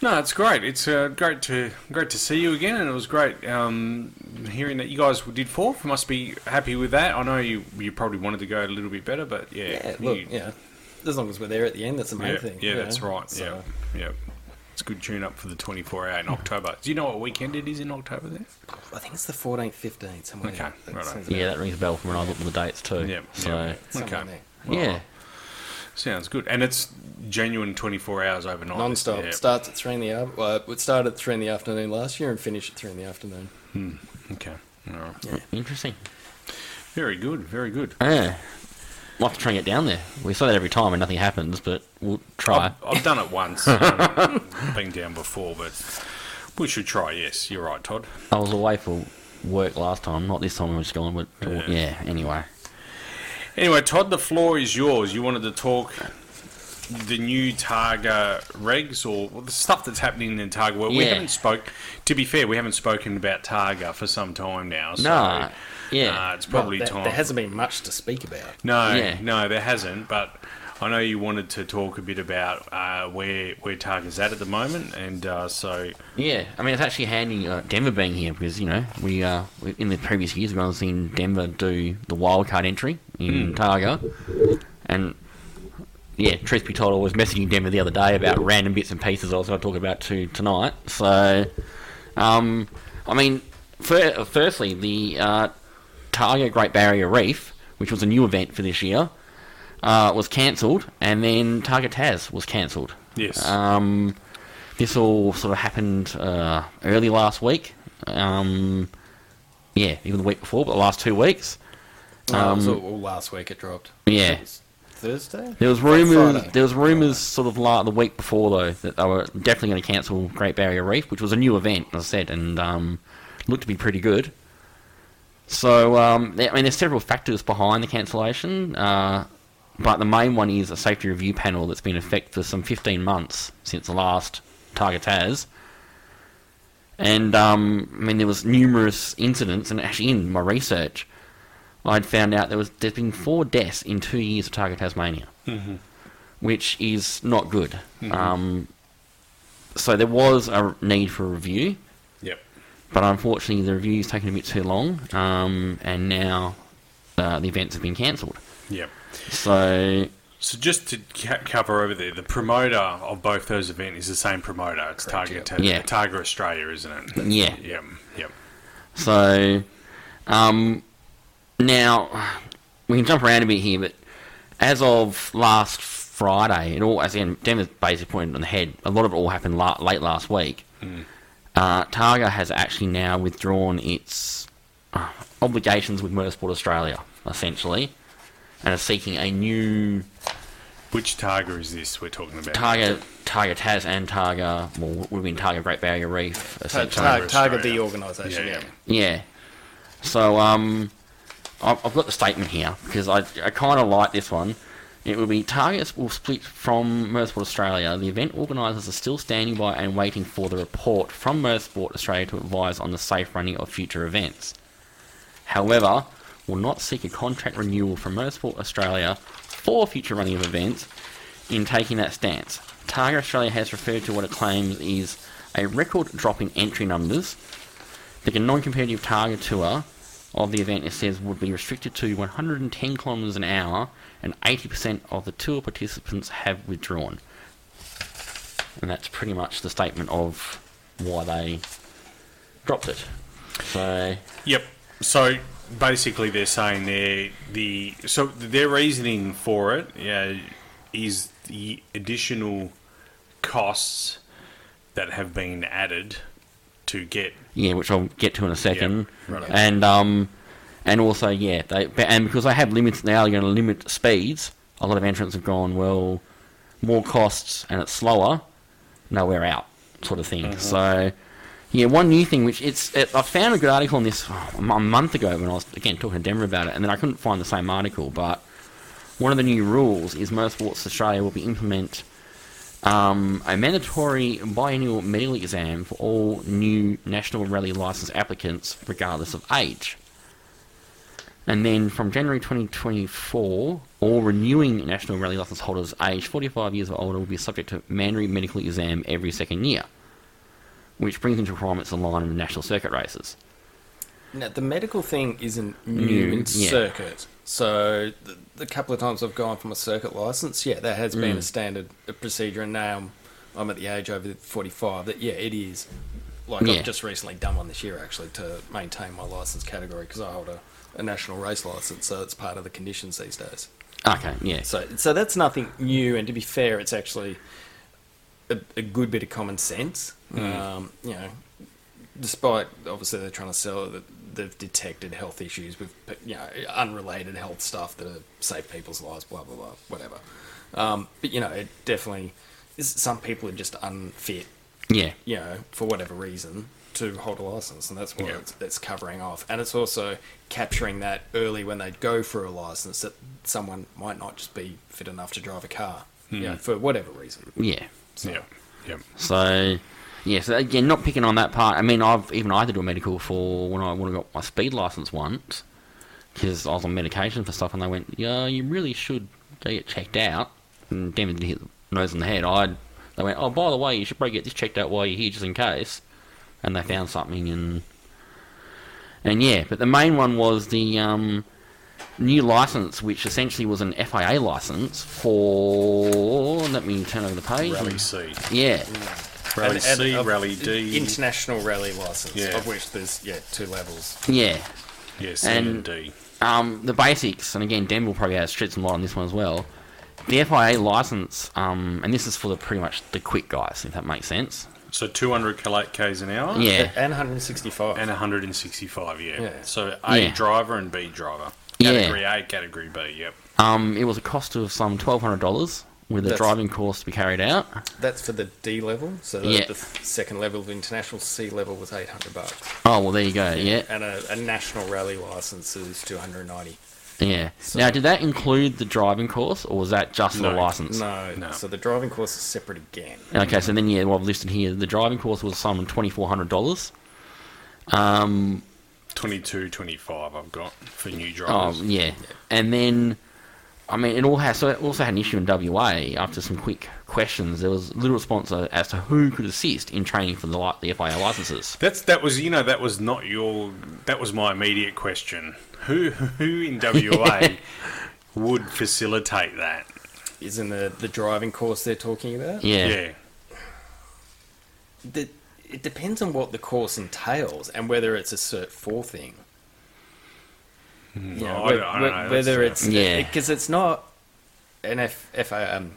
F: No, it's great. It's uh, great to great to see you again, and it was great um, hearing that you guys did four. You must be happy with that. I know you you probably wanted to go a little bit better, but yeah,
C: yeah.
F: you-
C: Look, yeah, as long as we're there at the end, that's the main
F: Hmm. yeah,
C: thing.
F: yeah,
C: you
F: that's
C: know,
F: right.
C: so-
F: Yeah, yeah. It's a good tune up for the 24 hour in October. Do you know what weekend it is in October then?
C: I think it's the 14th, 15th, somewhere.
F: Okay,
C: there. That
F: righto.
C: sounds about
D: Yeah, that rings a bell from when I looked at the dates too.
F: Yeah,
D: So,
C: somewhere
F: Okay.
C: there.
D: yeah.
F: Sounds good. And it's genuine 24 hours overnight.
C: Non-stop.
F: Yeah.
C: Starts at three in the af- well, it started at three in the afternoon last year and finished at three in the afternoon.
F: Okay. All right.
D: Interesting.
F: Very good. Very good.
D: Yeah. We'll have to try and get down there. We say that every time and nothing happens, but we'll try.
F: I've, I've done it once. um, been down before, but we should try. Yes, you're right, Todd.
D: I was away for work last time, not this time I was gone, but
F: Yeah.
D: yeah, anyway.
F: Anyway, Todd, the floor is yours. You wanted to talk the new Targa regs or well, the stuff that's happening in Targa. Well, we
D: Yeah.
F: haven't spoke. To be fair, we haven't spoken about Targa for some time now. So,
D: Nah, yeah.
F: uh, it's probably
C: Well, there,
F: time.
C: There hasn't been much to speak about.
F: No,
D: Yeah.
F: no, there hasn't. But I know you wanted to talk a bit about uh, where where Targa's at at the moment, and uh, so
D: Yeah, I mean, it's actually handy uh, Denver being here because, you know, we, uh, we in the previous years, we've only seen Denver do the wildcard entry in Targa. And, yeah, truth be told, I was messaging Denver the other day about random bits and pieces I was going to talk about to tonight. So, um, I mean, fir- firstly, the uh, Targa Great Barrier Reef, which was a new event for this year, uh, was cancelled, and then Targa Taz was cancelled.
F: yes,
D: Um, this all sort of happened uh, early last week. Um, yeah, even the week before, but the last two weeks.
C: No, it
F: Um,
C: was all, all last week it dropped.
D: Yeah.
C: It was Thursday?
D: There was
C: Friday.
D: rumors. There was rumors, sort of like the week before, though, that they were definitely going to cancel Great Barrier Reef, which was a new event, as I said, and um, looked to be pretty good. So, um, there- I mean, there's several factors behind the cancellation, uh, but the main one is a safety review panel that's been in effect for some 15 months since the last Target has. And um, I mean, there was numerous incidents, and actually, in my research, I'd found out there was there's been four deaths in two years of Target Tasmania, which is not good. Um, so there was a need for a review,
F: yep,
D: but unfortunately the review's taken a bit too long, um, and now uh, the events have been cancelled.
F: yep.
D: So
F: So just to ca- cover over there, the promoter of both those events is the same promoter. It's Targa, Ta-
D: Yeah.
F: Targa Australia, isn't it?
D: Yeah.
F: yep, yep.
D: So, um, now we can jump around a bit here, but as of last Friday, it all as in Denver's basically pointed on the head. A lot of it all happened la- late last week. Uh, Targa has actually now withdrawn its uh, obligations with Motorsport Australia, essentially, and is seeking a new
F: Which Targa is this we're talking about?
D: Targa, Targa Tas and Targa, well, would have been Targa Great Barrier Reef,
C: Ta-
D: essentially.
C: ta-
F: Australia.
C: Target the organisation,
F: Yeah,
C: yeah.
F: yeah.
D: Yeah. So um, I've I've got the statement here because I, I kind of like this one. It will be targets will split from Motorsport Australia. The event organisers are still standing by and waiting for the report from Motorsport Australia to advise on the safe running of future events. However, will not seek a contract renewal from Motorsport Australia for future running of events in taking that stance. Targa Australia has referred to what it claims is a record drop in entry numbers the non-competitive target tour of the event, it says, would be restricted to 110 kilometres an hour, and 80% of the tour participants have withdrawn. And that's pretty much the statement of why they dropped it. So,
F: Yep. So basically, they're saying they the so their reasoning for it yeah, is the additional costs that have been added to get
D: yeah, which I'll get to in a second.
F: right on.
D: and um, and also yeah, they but- and because they have limits now, you're going to limit speeds. A lot of entrants have gone well, more costs and it's slower. No, we're out, sort of thing.
F: Uh-huh.
D: So. Yeah, one new thing which it's it, I found a good article on this oh, a mon- month ago when I was again talking to Denver about it, and then I couldn't find the same article. But one of the new rules is Motorsports Australia will be implement um, a mandatory biennial medical exam for all new national rally license applicants, regardless of age. And then from January 2024, all renewing national rally license holders aged 45 years or older will be subject to mandatory medical exam every second year, which brings into requirements aligned with national circuit races.
C: Now, the medical thing isn't new in
D: yeah.
C: circuit. So, the, the couple of times I've gone for my circuit license, yeah, that has
D: Mm.
C: been a standard uh, procedure. And now I'm, I'm at the age over 45 that, yeah, it is. Like,
D: Yeah.
C: I've just recently done one this year, actually, to maintain my license category because I hold a, a national race license. So, it's part of the conditions these days.
D: Okay, yeah.
C: So, so that's nothing new. And to be fair, it's actually a, a good bit of common sense. Um, you know, despite obviously they're trying to sell it, that they've detected health issues with you know unrelated health stuff that have saved people's lives, blah blah blah, whatever. Um, but you know, it definitely is- some people are just unfit,
D: yeah.
C: you know, for whatever reason. To hold a license, and that's what it's, it's covering off, and it's also capturing that early when they go for a license that someone might not just be fit enough to drive a car, you
F: Hmm.
C: know, for whatever reason.
D: Yeah.
C: So-
F: Yep. Yep.
D: So, yeah, so again, not picking on that part. I mean, I've even I had to do a medical for when I when I got my speed license once because I was on medication for stuff, and they went, "Yeah, you really should go get checked out." And damn, it, didn't hit the nose on the head. I they went, "Oh, by the way, you should probably get this checked out while you're here, just in case." And they found something, and and yeah, but the main one was the um, new license, which essentially was an FIA license for. Let me turn over the page.
F: rally C,
D: Yeah.
F: rally
C: And- and
F: C,
C: of
F: rally D,
C: international rally license,
F: Yeah.
C: of which there's yeah two levels.
D: Yeah.
F: yeah, C
D: and-
F: and, D.
D: Um, the basics, and again, Dan will probably have shed some light on this one as well. The FIA license, um, and this is for the pretty much the quick guys, if that makes sense.
F: So 200 kilo- k's an hour.
D: Yeah.
C: And 165.
F: And 165, yeah.
C: Yeah.
F: So A
D: Yeah.
F: driver and B driver.
D: Yeah.
F: Category A, category B, yep.
D: Um, it was a cost of some twelve hundred dollars with a
C: That's-
D: driving course to be carried out.
C: that's for the D level. So the,
D: Yeah.
C: the second level of international C level was 800 bucks.
D: Oh well, there you go. Yeah,
C: And a, a national rally license is 290.
D: yeah.
C: So-
D: now, did that include the driving course, or was that just the
F: No.
D: license?
C: No,
F: No.
C: So the driving course is separate again.
D: Okay, so then yeah, well, I've listed here the driving course was some twenty four hundred dollars. Um,
F: 22, 25 I've got for new
D: Oh
F: drivers.
D: yeah, and then I mean it all has. So it also had an issue in WA after some quick questions. There was little response uh, as to who could assist in training for the li- the FIA licenses.
F: That's that was you know that was not your that was my immediate question. Who who in WA would facilitate that?
C: Isn't the, the driving course they're talking about?
D: Yeah,
F: Yeah.
C: The, it depends on what the course entails and whether it's a Cert 4 thing. you know,
F: I
C: whe-
F: don't- I
C: whe-
F: don't know,
C: whether
F: that's,
C: it's
D: uh, Yeah.
C: because it's not an F, F um,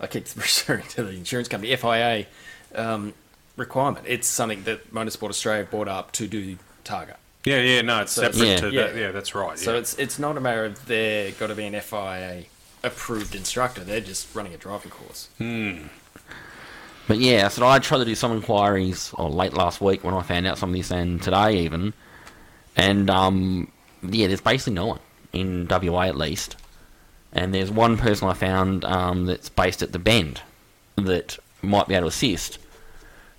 C: I keep referring to the insurance company FIA um, requirement. It's something that Motorsport Australia brought up to do Targa.
F: Yeah, yeah, no, it's
C: So it's-
F: separate
D: Yeah.
F: to
C: Yeah.
F: that. Yeah, that's right.
C: So
F: yeah.
C: it's it's not a matter of they're got to be an FIA approved instructor. They're just running a driving course.
D: but yeah, so I tried to do some inquiries or late last week when I found out some of this, and today even, and um, yeah, there's basically no one in WA at least, and there's one person I found um, that's based at the Bend that might be able to assist.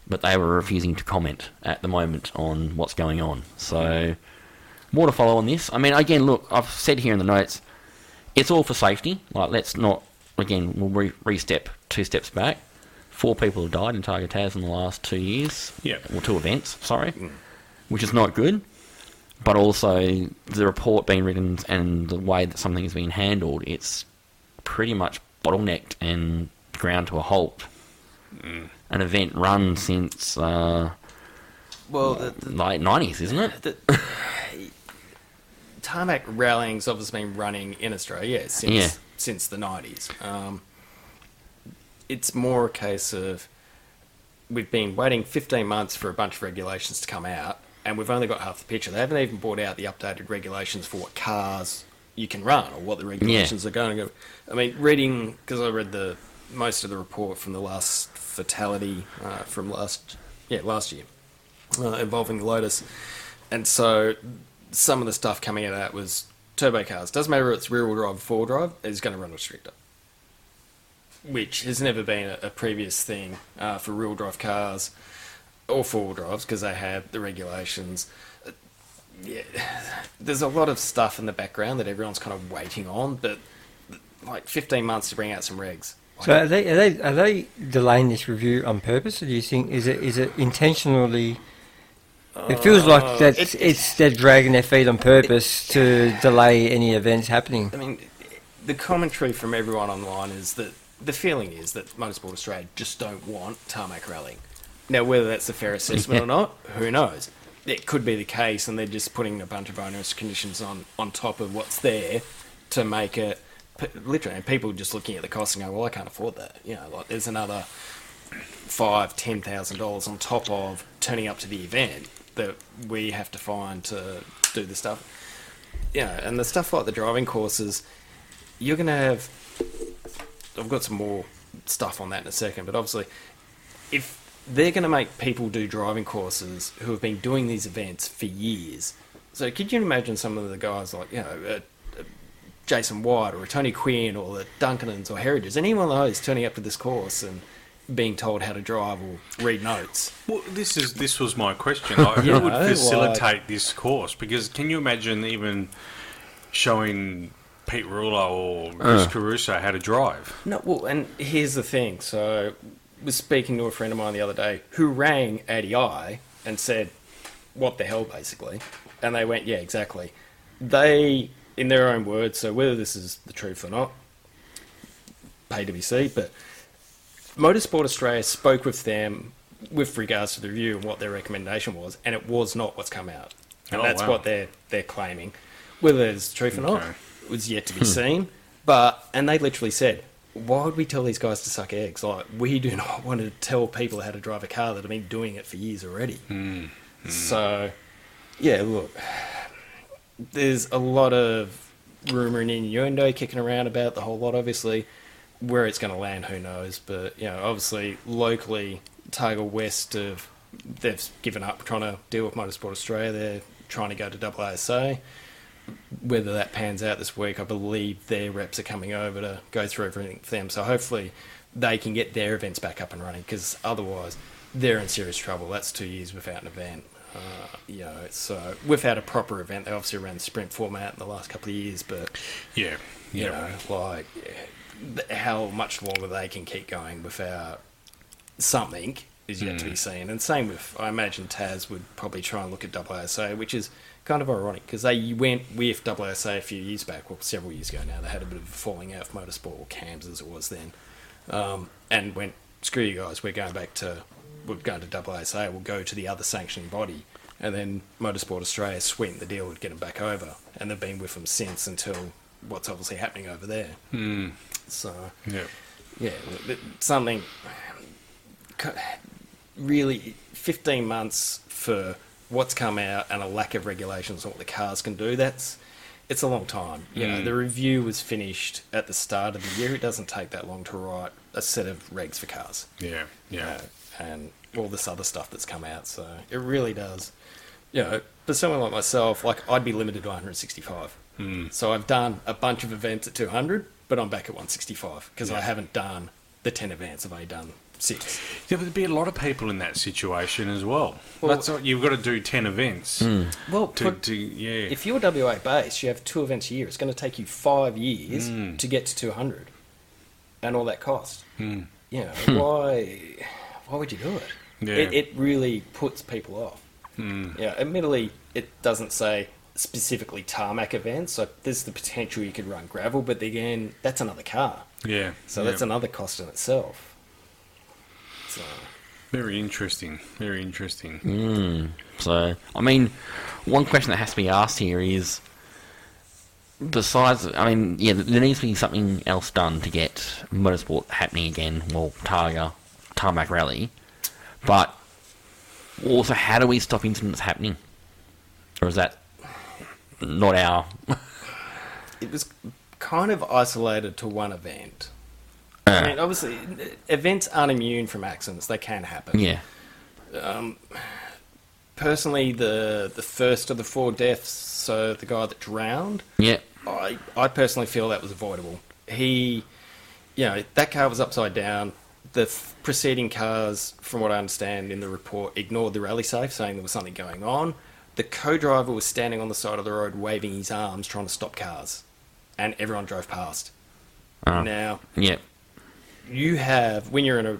D: but they were refusing to comment at the moment on what's going on. So, more to follow on this. I mean, again, look, I've said here in the notes, it's all for safety. Like, let's not, again, we'll re- re-step two steps back. Four people have died in Tiger Taz in the last two years.
F: Yeah.
D: Or two events, sorry. Which is not good. But also, the report being written and the way that something is being handled, it's pretty much bottlenecked and ground to a halt an event run since uh,
C: Well, the, the,
D: late nineties, isn't it?
C: the tarmac rallying's obviously been running in Australia yeah, since
D: Yeah.
C: since the nineties. Um, it's more a case of we've been waiting fifteen months for a bunch of regulations to come out, and we've only got half the picture. They haven't even brought out the updated regulations for what cars you can run or what the regulations are going to. go. I mean, reading because I read the most of the report from the last fatality uh, from last yeah last year uh, involving the Lotus. And so some of the stuff coming out of that was turbo cars. Doesn't matter if it's rear wheel drive or four wheel drive, it's going to run restrictor. Which has never been a, a previous thing uh, for rear wheel drive cars or four wheel drives because they have the regulations. Uh, Yeah, there's a lot of stuff in the background that everyone's kind of waiting on, but like 15 months to bring out some regs.
E: So are they, are they are they delaying this review on purpose, or do you think is it is it intentionally? It feels like that's
C: it-
E: it's they're dragging their feet on purpose to delay any events happening.
C: I mean, the commentary from everyone online is that the feeling is that Motorsport Australia just don't want tarmac rallying. Now, whether that's a fair assessment or not, who knows? It could be the case, and they're just putting a bunch of onerous conditions on, on top of what's there to make it p- literally. And people just looking at the cost and going, "Well, I can't afford that." You know, like there's another five, ten thousand dollars on top of turning up to the event that we have to find to do the stuff you know, and the stuff like the driving courses, you're going to have. I've got some more stuff on that in a second, but obviously, if they're going to make people do driving courses who have been doing these events for years, so could you imagine some of the guys like, you know, uh, uh, Jason White or a Tony Quinn or the Duncanans or Heritages, anyone of those turning up to this course and being told how to drive or read notes?
F: Well, this is this was my question. Like, who
C: Yeah,
F: would
C: like-
F: facilitate this course? Because can you imagine even showing Pete Rulo or Chris
C: Uh.
F: Caruso how to drive?
C: No, well, and here's the thing. So, was speaking to a friend of mine the other day who rang ADI and said, "What the hell?" Basically, and they went, "Yeah, exactly." They, in their own words, so whether this is the truth or not, pay to be see, but Motorsport Australia spoke with them with regards to the review and what their recommendation was, and it was not what's come out, and
F: Oh,
C: that's
F: wow.
C: what they're they're claiming. Whether it's the truth or not
F: Okay. Hmm.
C: was yet to be seen, but and they literally said, "Why would we tell these guys to suck eggs? Like we do not want to tell people how to drive a car that have been doing it for years already."
F: Hmm.
C: So, yeah, look, there's a lot of rumor and innuendo kicking around about the whole lot. Obviously, where it's going to land, who knows? But you know, obviously, locally, Tiger West have they've given up trying to deal with Motorsport Australia. They're trying to go to AASA. Whether that pans out this week, I believe their reps are coming over to go through everything for them. So hopefully, they can get their events back up and running because otherwise, they're in serious trouble. That's two years without an event. Uh, you know, so without a proper event, they obviously ran sprint format in the last couple of years, but
F: Yeah,
C: you
F: yeah.
C: know, like th- how much longer they can keep going without something is yet to be seen. And same with, I imagine Taz would probably try and look at AASA, which is kind of ironic because they went with AASA a few years back, well, several years ago now. They had a bit of a falling out of motorsport or CAMS as it was then, um, and went, screw you guys, we're going back to, we're going to AASA, we'll go to the other sanctioning body. And then Motorsport Australia sweetened the deal and get them back over. And they've been with them since until what's obviously happening over there. So,
F: yeah.
C: yeah, but something co- really 15 months for what's come out and a lack of regulations on what the cars can do. That's it's a long time. You know, the review was finished at the start of the year. It doesn't take that long to write a set of regs for cars
F: Yeah, yeah.
C: know, Uh, and all this other stuff that's come out. So it really does. You know, for someone like myself, like I'd be limited to 165. So I've done a bunch of events at 200, but I'm back at 165 because I haven't done the 10 events. I've only done six.
F: Yeah, but there'd be a lot of people in that situation as well.
C: Well-
F: That's what, you've got to do ten events
C: Well,
F: to, to yeah.
C: if you're WA based, you have two events a year. It's going to take you five years to get to 200, and all that cost. You know, why? Why would you do it?
F: Yeah. Hmm.
C: It, it really puts people off. Yeah, admittedly, it doesn't say specifically tarmac events. So there's the potential you could run gravel, but again, that's another car.
F: yeah.
C: So
F: yeah.
C: that's another cost in itself. So
F: Very interesting. Very interesting.
C: Hmm.
D: So, I mean, one question that has to be asked here is, besides, I mean, yeah, there needs to be something else done to get motorsport happening again. Well, Targa, tarmac rally, but also, how do we stop incidents happening? Or is that not our?
C: It was kind of isolated to one event.
F: Ah.
C: I mean, obviously, events aren't immune from accidents. They can happen.
D: yeah,
C: Personally, the the first of the four deaths, so the guy that drowned,
D: yeah,
C: I, I personally feel that was avoidable. He, you know, that car was upside down. The f- preceding cars, from what I understand in the report, ignored the rally safe, saying there was something going on. The co driver was standing on the side of the road waving his arms, trying to stop cars, and everyone drove past. Now,
D: yeah,
C: you have, when you're in a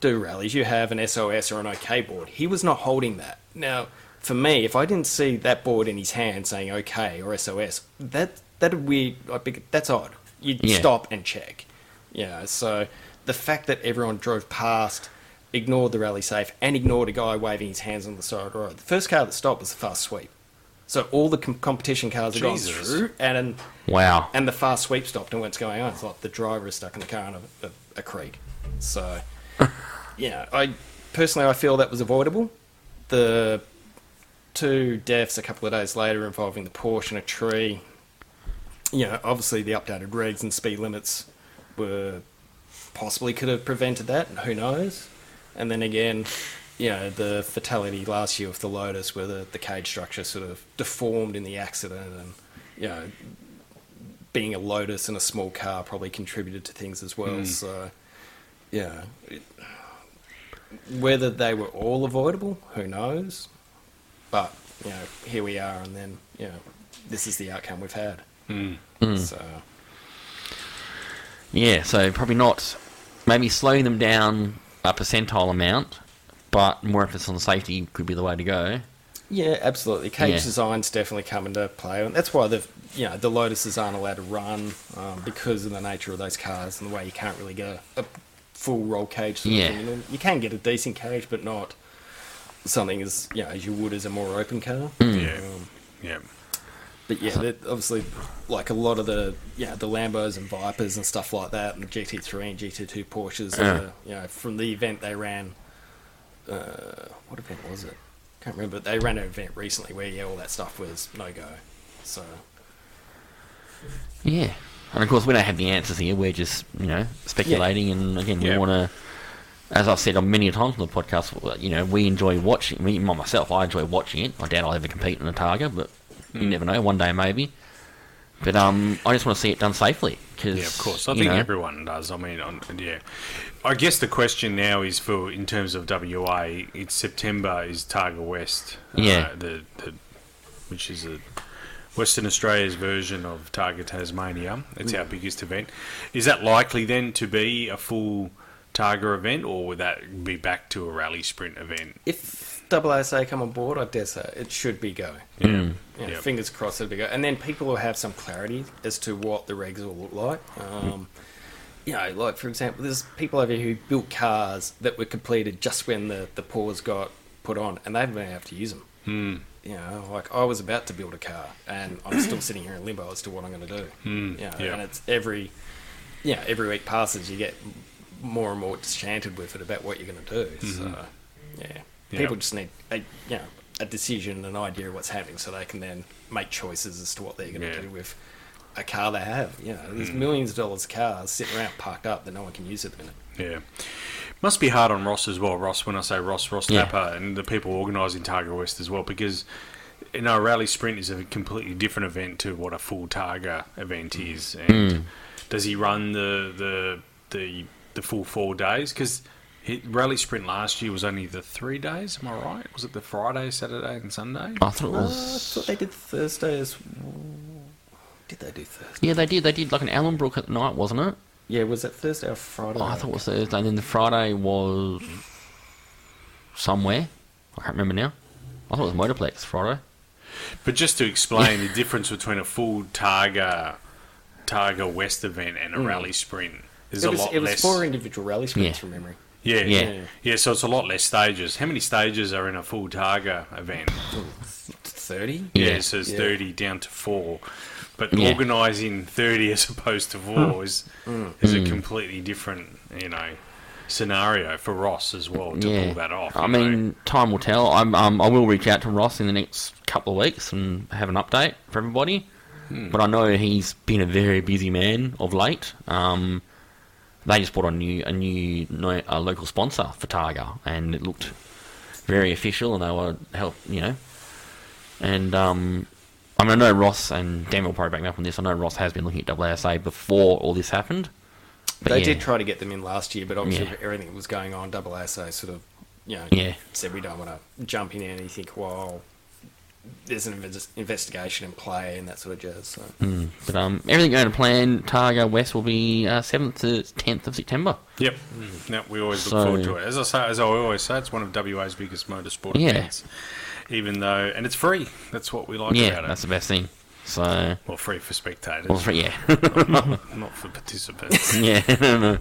C: do rallies, you have an SOS or an OK board. He was not holding that. Now, for me, if I didn't see that board in his hand saying OK or SOS, that that weird. I think that's odd. You'd
D: Yeah.
C: stop and check. You know, so the fact that everyone drove past, ignored the rally safe, and ignored a guy waving his hands on the side of the road. The first car that stopped was the fast sweep. So all the com- competition cars had gone
F: Jesus.
C: through, and
D: wow,
C: and the fast sweep stopped and what's going on. It's like the driver is stuck in the car in a, a, a creek. So, you know, I personally I feel that was avoidable. The two deaths a couple of days later involving the Porsche and a tree. You know, obviously the updated regs and speed limits were possibly could have prevented that. and Who knows? And then again, you know, the fatality last year with the Lotus, where the, the cage structure sort of deformed in the accident, and you know, being a Lotus and a small car probably contributed to things as well. So, yeah, it, whether they were all avoidable, who knows? But you know, here we are, and then you know, this is the outcome we've had. So,
D: yeah. So probably not. Maybe slowing them down a percentile amount, but more emphasis on safety could be the way to go.
C: yeah, absolutely. Cage
D: Yeah.
C: design's definitely come into play, and that's why the you know the Lotuses aren't allowed to run um, because of the nature of those cars and the way you can't really get a, a full roll cage. Sort
D: Yeah.
C: of thing. You know, You can get a decent cage, but not. Something as you know as you would as a more open car.
D: Hmm.
F: Yeah.
C: Um,
F: Yeah.
C: But yeah, that obviously, like a lot of the yeah the Lambos and Vipers and stuff like that, and the GT3 and GT2 Porsches,
D: Yeah.
C: uh, you know, from the event they ran. Uh, what event was it? Can't remember. They ran an event recently where yeah, all that stuff was no go. So
D: Yeah. And of course, we don't have the answers here. We're just, you know, speculating. And again, we
F: Yeah.
D: want to, as I've said on many times on the podcast, well, you know, we enjoy watching. Me, well, myself, I enjoy watching it. I doubt I'll ever compete in a Targa, but
F: Mm.
D: you never know. One day, maybe. But um, I just want to see it done safely. Cause,
F: Yeah, of course. I
D: you
F: think
D: know,
F: everyone does. I mean, on, yeah. I guess the question now is for in terms of WA. It's September is Targa West.
D: Yeah.
F: Uh, the, the which is a Western Australia's version of Targa Tasmania. It's
D: Mm.
F: our biggest event. Is that likely then to be a full Targa event, or would that be back to a rally sprint event?
C: if AASA come on board, I dare say it should be go.
F: Yeah.
C: you know,
F: Mm. Yep.
C: fingers crossed it'll be good. And then people will have some clarity as to what the regs will look like. Um, you know, like for example, there's people over here who built cars that were completed just when the the pause got put on, and they haven't been able to use them.
F: Hmm.
C: Mm. You know, like I was about to build a car, and I'm still sitting here in limbo as to what I'm going to do. Mm. You know,
F: Hmm. yeah.
C: and it's every you know, every week passes, you get more and more disenchanted with it about what you're going to do. So, yeah,
F: Yeah.
C: people just need a you know a decision, an idea of what's happening, so they can then make choices as to what they're going to
F: Yeah.
C: do with a car they have. You know, there's millions of dollars of cars sitting around parked up that no one can use at the minute.
F: Yeah. Must be hard on Ross as well. Ross, when I say Ross, Ross
D: Yeah.
F: Tapper and the people organising Targa West as well, because you know, a rally sprint is a completely different event to what a full Targa event
C: Mm.
F: is. And does he run the the the, the full four days? Because rally sprint last year was only the three days. Am I right? Was it the Friday, Saturday, and Sunday?
C: Oh.
D: I thought it
C: I
D: was.
C: thought they did Thursday as. Did they do Thursday?
D: Yeah, they did. They did like an Allenbrook at night, wasn't it?
C: Yeah, was it Thursday or Friday?
D: Oh, I thought it was Thursday. And then the Friday was somewhere. I can't remember now. I thought it was Motorplex Friday.
F: But just to explain the difference between a full Targa Targa West event and a rally sprint, there's
C: it
F: a
C: was,
F: lot
C: Mm. it was
F: less.
C: four individual rally sprints
D: Yeah.
C: from memory.
F: Yeah,
D: Yeah.
F: yeah, yeah. So it's a lot less stages. How many stages are in a full Targa event?
C: 30?
F: Yeah,
D: Yeah.
F: so it's
C: Yeah.
F: thirty down to four. But
D: Yeah.
F: organising thirty as opposed to four is
C: Hmm.
F: is
D: Hmm.
F: a completely different, you know, scenario for Ross as well to
D: yeah.
F: pull that off.
D: I
F: you know.
D: mean, time will tell. I'm, um, I will reach out to Ross in the next couple of weeks and have an update for everybody.
F: Hmm.
D: But I know he's been a very busy man of late. Um, they just bought a new a new no, a local sponsor for Targa, and it looked very official, and they were help you know. And um, I mean, I know Ross and Dan will probably back me up on this. I know Ross has been looking at WSA before all this happened. But
C: they
D: yeah.
C: did try to get them in last year, but obviously
D: Yeah.
C: everything that was going on, Double SA sort of, you know,
D: Yeah.
C: said we don't want to jump in and you think, well, there's an inves- investigation in play and that sort of jazz. So.
D: But um, everything going to plan. Targa West will be uh, seventh to tenth of September.
F: Yep. No, we always look
D: So-
F: forward to it. As I say, as I always say, it's one of WA's biggest motorsport
D: Yeah.
F: events. Even though, and it's free. That's what we like
D: yeah,
F: about it.
D: that's the best thing. So,
F: well, free for spectators,
D: well, for, yeah,
F: not for participants.
D: yeah.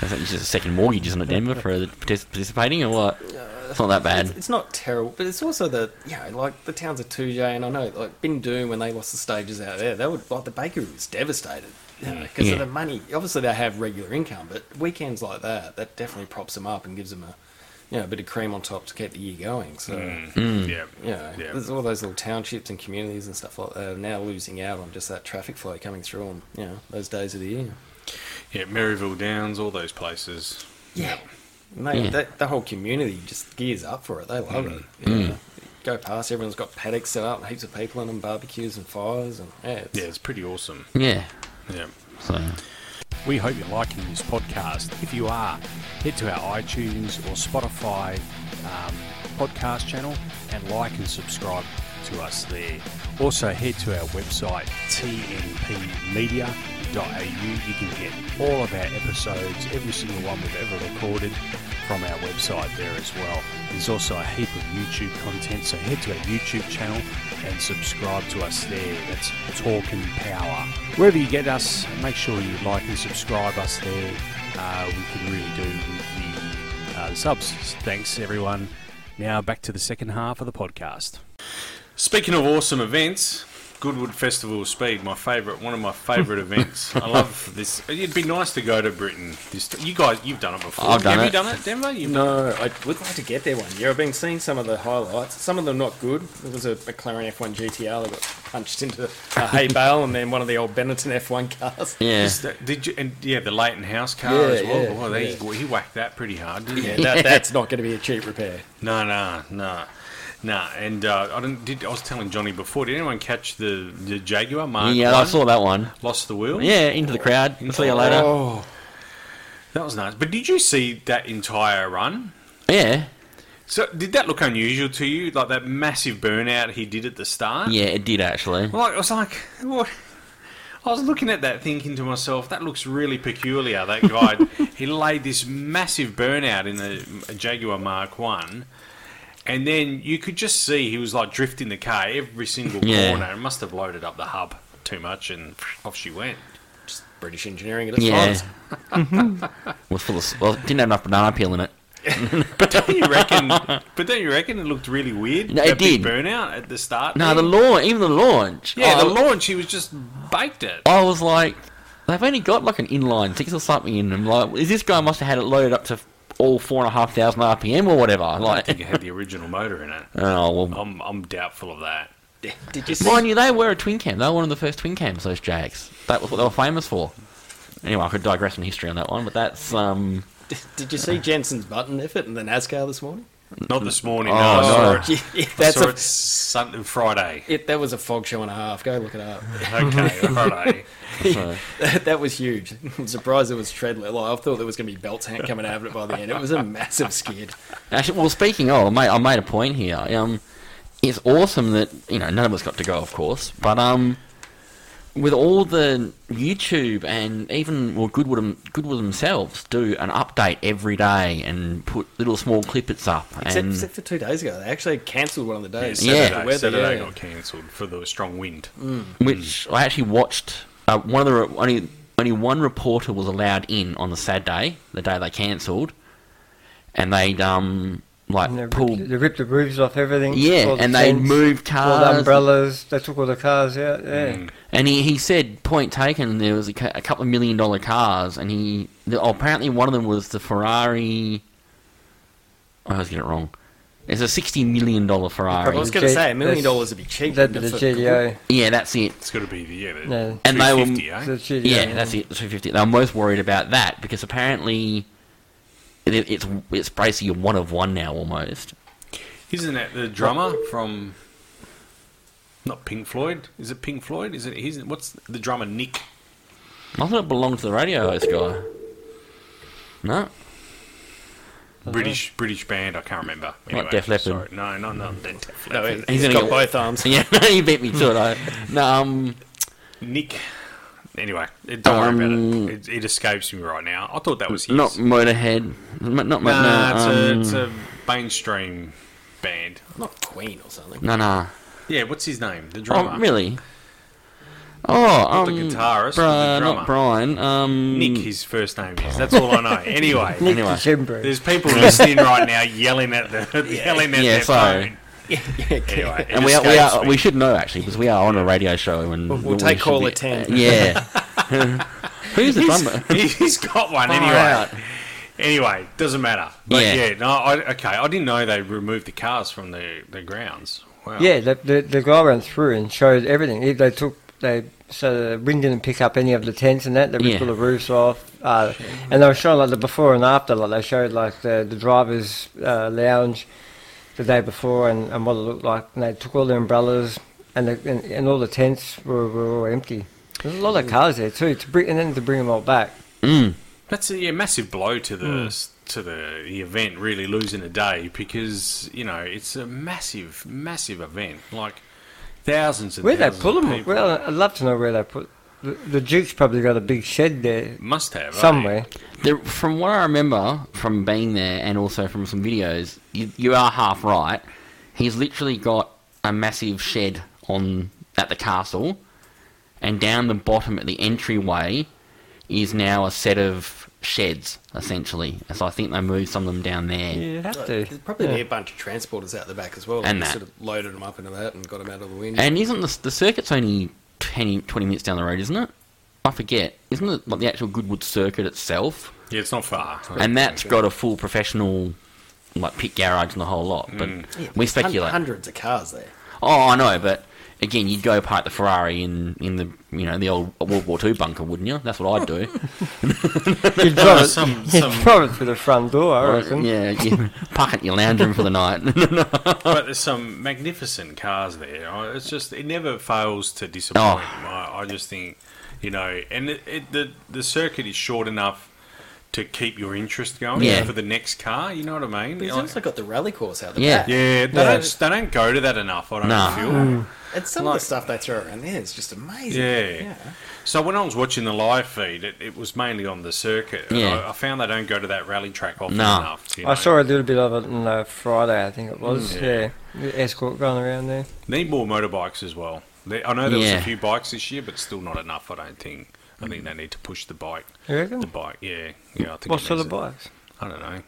D: That's like just a second mortgage, isn't it, Denver, for the partic- participating or what? It's not that
C: It's,
D: bad.
C: it's not terrible, but it's also the you know, like the towns of Two J, and I know like Bindoon when they lost the stages out there, they were like the bakery was devastated because
D: Yeah.
C: of the money. Obviously, they have regular income, but weekends like that, that definitely props them up and gives them a you know a bit of cream on top to keep the year going. So.
D: Mm.
F: Yeah.
C: you know,
F: Yeah.
C: there's all those little townships and communities and stuff like that are now losing out on just that traffic flow coming through on you know those days of the year.
F: Yeah, Maryville Downs, all those places.
C: Yeah, and they,
D: Yeah.
C: That, the whole community just gears up for it. They love
F: Mm.
C: it. Yeah.
D: Mm.
C: Go past, everyone's got paddocks set up, and heaps of people in them, barbecues and fires, and yeah, it's,
F: Yeah, it's pretty awesome.
D: Yeah.
F: Yeah.
D: So,
A: We hope you're liking this podcast. If you are, head to our iTunes or Spotify um, podcast channel and like and subscribe to us there. Also, head to our website, tnpmedia.au. You can get all of our episodes, every single one we've ever recorded, from our website there as well. There's also a heap of YouTube content, so head to our YouTube channel and subscribe to us there. That's Talking Power. Wherever you get us, make sure you like and subscribe us there. Uh, we can really do with the uh, subs. Thanks, everyone. Now back to the second half of the podcast.
F: Speaking of awesome events, Goodwood Festival of Speed, my favourite, one of my favourite events. I love this. It'd be nice to go to Britain. This, you guys, you've done it before.
D: I've done
F: Have
D: it.
F: you done it, Denver? You've
C: No, I would like to get there one year. I've been seeing some of the highlights. Some of them not good. There was a McLaren F1 GTR that got punched into a hay bale, and then one of the old Benetton F1 cars.
D: yeah.
F: Is that- did you? And yeah, the Leighton House car
C: Yeah,
F: as well.
C: yeah,
F: well, they,
C: yeah.
F: well, he whacked that pretty hard, didn't
C: Yeah,
F: he?
C: that, that's not going to be a cheap repair.
F: No, no, no, no. And uh, I didn't. Did I was telling Johnny before? Did anyone catch the the Jaguar Mark?
D: Yeah, I
F: one?
D: saw that one.
F: Lost the wheel.
D: Yeah, into the crowd. See you later.
F: Oh, that was nice. But did you see that entire run?
D: Yeah.
F: So did that look unusual to you? Like that massive burnout he did at the start?
D: Yeah, it did actually.
F: Well, I was like, what? I was looking at that thinking to myself, that looks really peculiar. That guy, he laid this massive burnout in a, a Jaguar Mark 1. And then you could just see he was like drifting the car every single
D: Yeah.
F: corner. It must have loaded up the hub too much and off she went.
C: Just British engineering at its
D: Yeah.
C: finest.
D: was full of, s- well, it didn't have enough banana peel in it.
F: But don't you reckon? but don't you reckon it looked really weird?
D: No, it
F: that big
D: did.
F: burnout at the start.
D: No, the
F: thing?
D: launch, even the launch.
F: yeah,
D: Oh,
F: the launch. He was just baked it.
D: I was like, they've only got like an inline six or something in them. Like, is this guy must have had it loaded up to all four and a half thousand RPM or whatever?
F: I think
D: Like,
F: it had the original motor in it.
D: oh well.
F: I'm I'm doubtful of that.
C: Did you see?
D: Mind you, they were a twin cam. They were one of the first twin cams. Those Jags. That was what they were famous for. Anyway, I could digress in history on that one, but that's um.
C: Did you see Jensen's button effort in the NASCAR this morning?
F: Not this morning.
D: Oh,
F: no, I saw
D: no.
F: it.
C: that's
F: I saw
C: a-
F: it Sunday, Friday.
C: It, that was a fog show and a half. Go look it up.
F: Okay, Friday.
C: that, that was huge. I'm surprised it was tread leather. Like, I thought there was going to be belts hand coming out of it by the end. It was a massive skid.
D: Actually, well, speaking of, I made, I made a point here. Um, it's awesome that you know none of us got to go, of course, but um, with all the YouTube and even well, Goodwood them- Goodwood themselves do an update every day and put little small clippets up.
C: Except,
D: and
C: except for two days ago, they actually cancelled one of the days.
D: Yeah,
F: Saturday,
C: The weather,
F: Saturday
C: yeah.
F: got cancelled for the strong wind.
D: which I actually watched. Uh, one of the re- only only one reporter was allowed in on the sad day, the day they cancelled, and they'd um like
E: And they,
D: pull
E: ripped, they ripped the roofs off everything.
D: yeah,
E: all the
D: and they'd
E: tents,
D: move
E: all
D: cars,
E: the umbrellas. They took all the cars out. Yeah.
D: And he, he said, point taken, there was a, ca- a couple of million dollar cars, and he the, oh, apparently one of them was the Ferrari. oh, I always get it wrong. It's a sixty million dollar
C: I
D: Ferrari.
C: was going to
E: Jet-
C: say a million
E: that's-
C: dollars would be cheap.
E: That'd be the
C: wouldn't it,
E: GDO.
D: Yeah, that's it.
F: It's got to be the yeah, the
E: No.
D: And they were-
F: 250, eh?
E: It's the GDO.
D: Yeah, that's it. Two fifty. I'm most worried about that because apparently it, it's it's basically a one of one now almost.
F: Isn't that the drummer from? Not Pink Floyd. Is it Pink Floyd? Is it? He's what's the drummer Nick?
D: I thought it belonged to the radio host guy. No,
F: British British band. I can't remember. Anyway,
D: Def Leppard.
F: Sorry. No, no, no. Def
C: No,
F: Leppard.
C: he's
D: He's gonna
C: got
D: get-
C: both arms.
D: yeah, you beat me to it. I, no, um,
F: Nick. Anyway, it- don't worry
D: Um,
F: about it. it. It escapes me right now. I thought that was his.
D: not Motorhead. Not, not Mo-
F: nah,
D: no,
F: it's,
D: um,
F: a, it's a mainstream band.
C: Not Queen or something.
D: No, no.
F: Yeah, what's his name? The drummer.
D: Oh, really? Oh, um,
F: the guitarist,
D: Bri-
F: the drummer.
D: not Brian. Um,
F: Nick, his first name is. That's all I know. Anyway,
E: Nick
D: Anyway.
E: December.
F: there's people listening right now yelling at the yelling at
D: Yeah,
F: their
D: sorry.
F: phone. Anyway, it
D: and we are, we
F: escapes
D: are
F: me.
D: we should know actually because we are on a radio show and
C: We'll- we'll
D: we
C: take
D: should
C: caller
D: be-
C: 10.
D: uh, yeah. Who's the drummer?
F: He's got one
D: Far
F: anyway.
D: out.
F: Anyway, doesn't matter. But
D: Yeah.
F: yeah, no, I, okay. I didn't know they removed the cars from the, the grounds. Wow.
E: Yeah, the, the the guy went through and showed everything. He, they took they so the wind didn't pick up any of the tents and that. They ripped
D: Yeah.
E: all the roofs off, uh, and they were showing like the before and after. Like they showed like the the drivers' uh, lounge the day before and, and what it looked like. And they took all the umbrellas and the, and, and all the tents were, were all empty. There's a lot of cars there too. To bring and then to bring them all back.
F: That's a yeah, massive blow to the to the, the event. Really losing a day because you know it's a massive, massive event. Like thousands and
E: Where they
F: thousands
E: pull
F: of
E: them?
F: people.
E: Well, uh, I'd love to know where they put. The, the Duke's probably got a big shed there
F: must have eh?
E: somewhere.
D: The, from what I remember from being there and also from some videos, you, you are half right. He's literally got a massive shed on at the castle, and down the bottom at the entryway is now a set of sheds essentially. So I think they moved some of them down there.
E: You'd have to.
C: There'd probably
E: Yeah.
C: be a bunch of transporters out the back as well.
D: And
C: we
D: that.
C: sort of loaded them up into that and got them out of the wind.
D: And isn't the the circuit's only 10, 20 minutes down the road, isn't it? I forget. Isn't it like the actual Goodwood circuit itself?
F: Yeah, it's not far.
D: and that's got a full professional like pit garage and the whole lot. But
E: Mm.
D: we
C: Hun-
D: speculate.
C: hundreds of cars there.
D: Oh, I know, but again, you'd go park the Ferrari in, in the you know the old World War Two bunker, wouldn't you? That's what I'd do.
E: You'd drive, it,
F: some-
E: you'd
F: some-
E: drive it through the front door, I reckon.
D: yeah, you park it in your lounge room for the night.
F: but there's some magnificent cars there. I- It's just it never fails to disappoint.
D: Oh.
F: I, I just think you know, and it, it, the the circuit is short enough to keep your interest going
D: Yeah.
F: for the next car. You know what I mean?
C: But he's
F: Like-
C: also got the rally course out the
D: Yeah.
C: back.
F: yeah, they,
E: Yeah.
F: Don't,
E: Mm.
F: they don't go to that enough. I don't
D: Nah.
F: feel.
C: And some
F: Like-
C: of the stuff they throw around there is just amazing.
F: Yeah. So when I was watching the live feed, it, it was mainly on the circuit. and
D: Yeah.
F: I, I found they don't go to that rally track often
D: Nah.
F: enough. you
E: I
F: know.
E: saw a little bit of it on uh, Friday, I think it was.
F: Mm.
E: yeah. the escort going around there.
F: Need more motorbikes as well. They, I know there
D: Yeah.
F: was a few bikes this year, but still not enough. I don't think. I think they need to push the bike.
E: You
F: The
E: reckon?
F: bike, yeah, yeah. I think.
E: What
F: it
E: sort
F: needs
E: of
F: it.
E: bikes?
F: I don't know.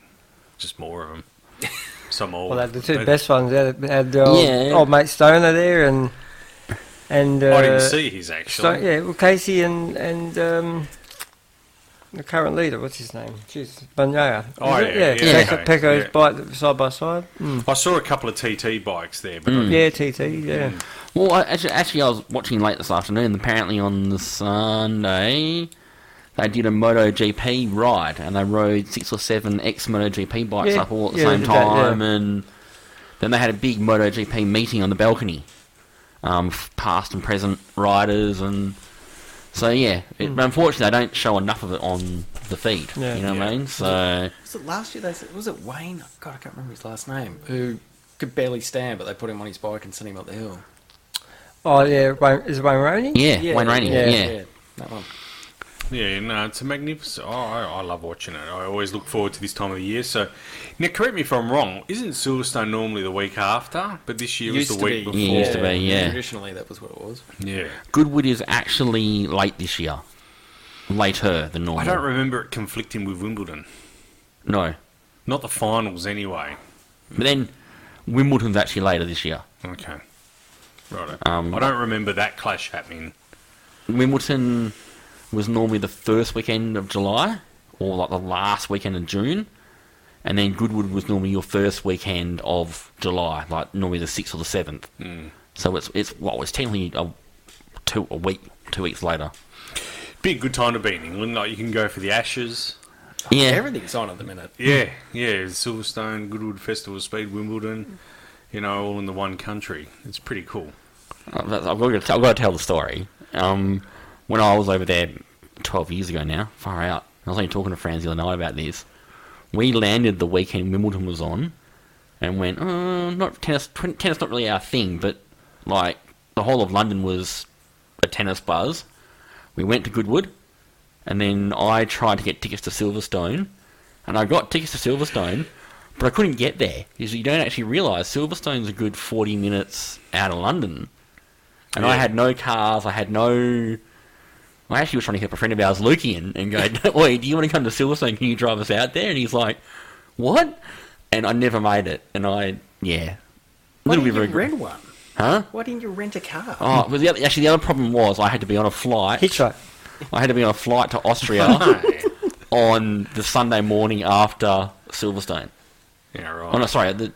F: Just more of them. Some old.
E: Well, they had the two
F: but
E: best ones. They had, had the old,
D: Yeah.
E: old mate Stoner there and. and uh,
F: I didn't see his actually.
E: Sto- yeah, well, Casey and. and um, the current leader, what's his name? Jeez, Banyaya.
F: Oh,
E: Is it?
F: yeah,
E: yeah.
F: yeah,
E: Pecco-
F: okay,
E: Pecco's
F: yeah.
E: bike side by side. Mm.
F: I saw a couple of TT bikes there, but I,
E: Yeah, TT,
F: Hmm.
E: yeah.
D: well, I, actually, actually, I was watching late this afternoon. Apparently, on the Sunday, they did a MotoGP ride, and they rode six or seven ex MotoGP bikes
E: Yeah,
D: up all at the
E: yeah, they
D: same
E: did that, yeah.
D: time, and then they had a big MotoGP meeting on the balcony, um, f- past and present riders, and so yeah. It, but unfortunately, they don't show enough of it on the feed.
E: Hmm. Yeah.
D: You know what I
F: Yeah.
D: mean? So
C: Was it last year? They said, was it Wayne? God, I can't remember his last name. Who could barely stand, but they put him on his bike and sent him up the hill.
E: Oh, yeah, Wayne, is it Wayne Rooney?
D: yeah, Wayne Rainey.
E: yeah,
D: yeah.
C: That one.
F: yeah, no, it's a magnificent. Oh, I, I love watching it. I always look forward to this time of the year. So, now correct me if I'm wrong. Isn't Silverstone normally the week after? But this year was the week
D: Yeah,
F: before.
D: used to be, yeah.
C: Traditionally, that was what it was.
F: Yeah.
D: Goodwood is actually late this year. Later than normal.
F: I don't remember it conflicting with Wimbledon.
D: No.
F: Not the finals, anyway.
D: But then Wimbledon's actually later this year.
F: Okay. Right.
D: Um,
F: I don't remember that clash happening.
D: Wimbledon was normally the first weekend of July or like the last weekend of June. And then Goodwood was normally your first weekend of July, like normally the 6th or the 7th. Mm. So it's, it's well, it's technically a, two, a week, two weeks later.
F: Be a good time to be in England. Like you can go for the Ashes.
D: Yeah.
C: Everything's on at the minute.
F: Yeah, yeah. Silverstone, Goodwood Festival, Speed, Wimbledon. You know, all in the one country. It's pretty cool.
D: Uh, that's- I've got, to, I've got to tell the story. Um, when I was over there 12 years ago now, far out, I was only talking to Franz the other night about this. We landed the weekend Wimbledon was on and went, oh, not tennis, tw- tennis not really our thing, but like the whole of London was a tennis buzz. We went to Goodwood and then I tried to get tickets to Silverstone and I got tickets to Silverstone. But I couldn't get there because you don't actually realise Silverstone's a good 40 minutes out of London. And I
F: Yeah.
D: had no cars. I had no. I actually was trying to help a friend of ours, Lukian, and go, "Wait, do you want to come to Silverstone? Can you drive us out there?" And he's like, "What?" And I never made it. And I, yeah, a
C: Why didn't
D: little bit of
C: you
D: regret,
C: rent one?
D: huh?
C: Why didn't you rent a car?
D: Oh, but the other, actually, the other problem was I had to be on a flight.
E: Hitchhike.
D: I had to be on a flight to Austria on the Sunday morning after Silverstone.
F: Yeah,
D: Oh no,
F: right.
D: sorry, the,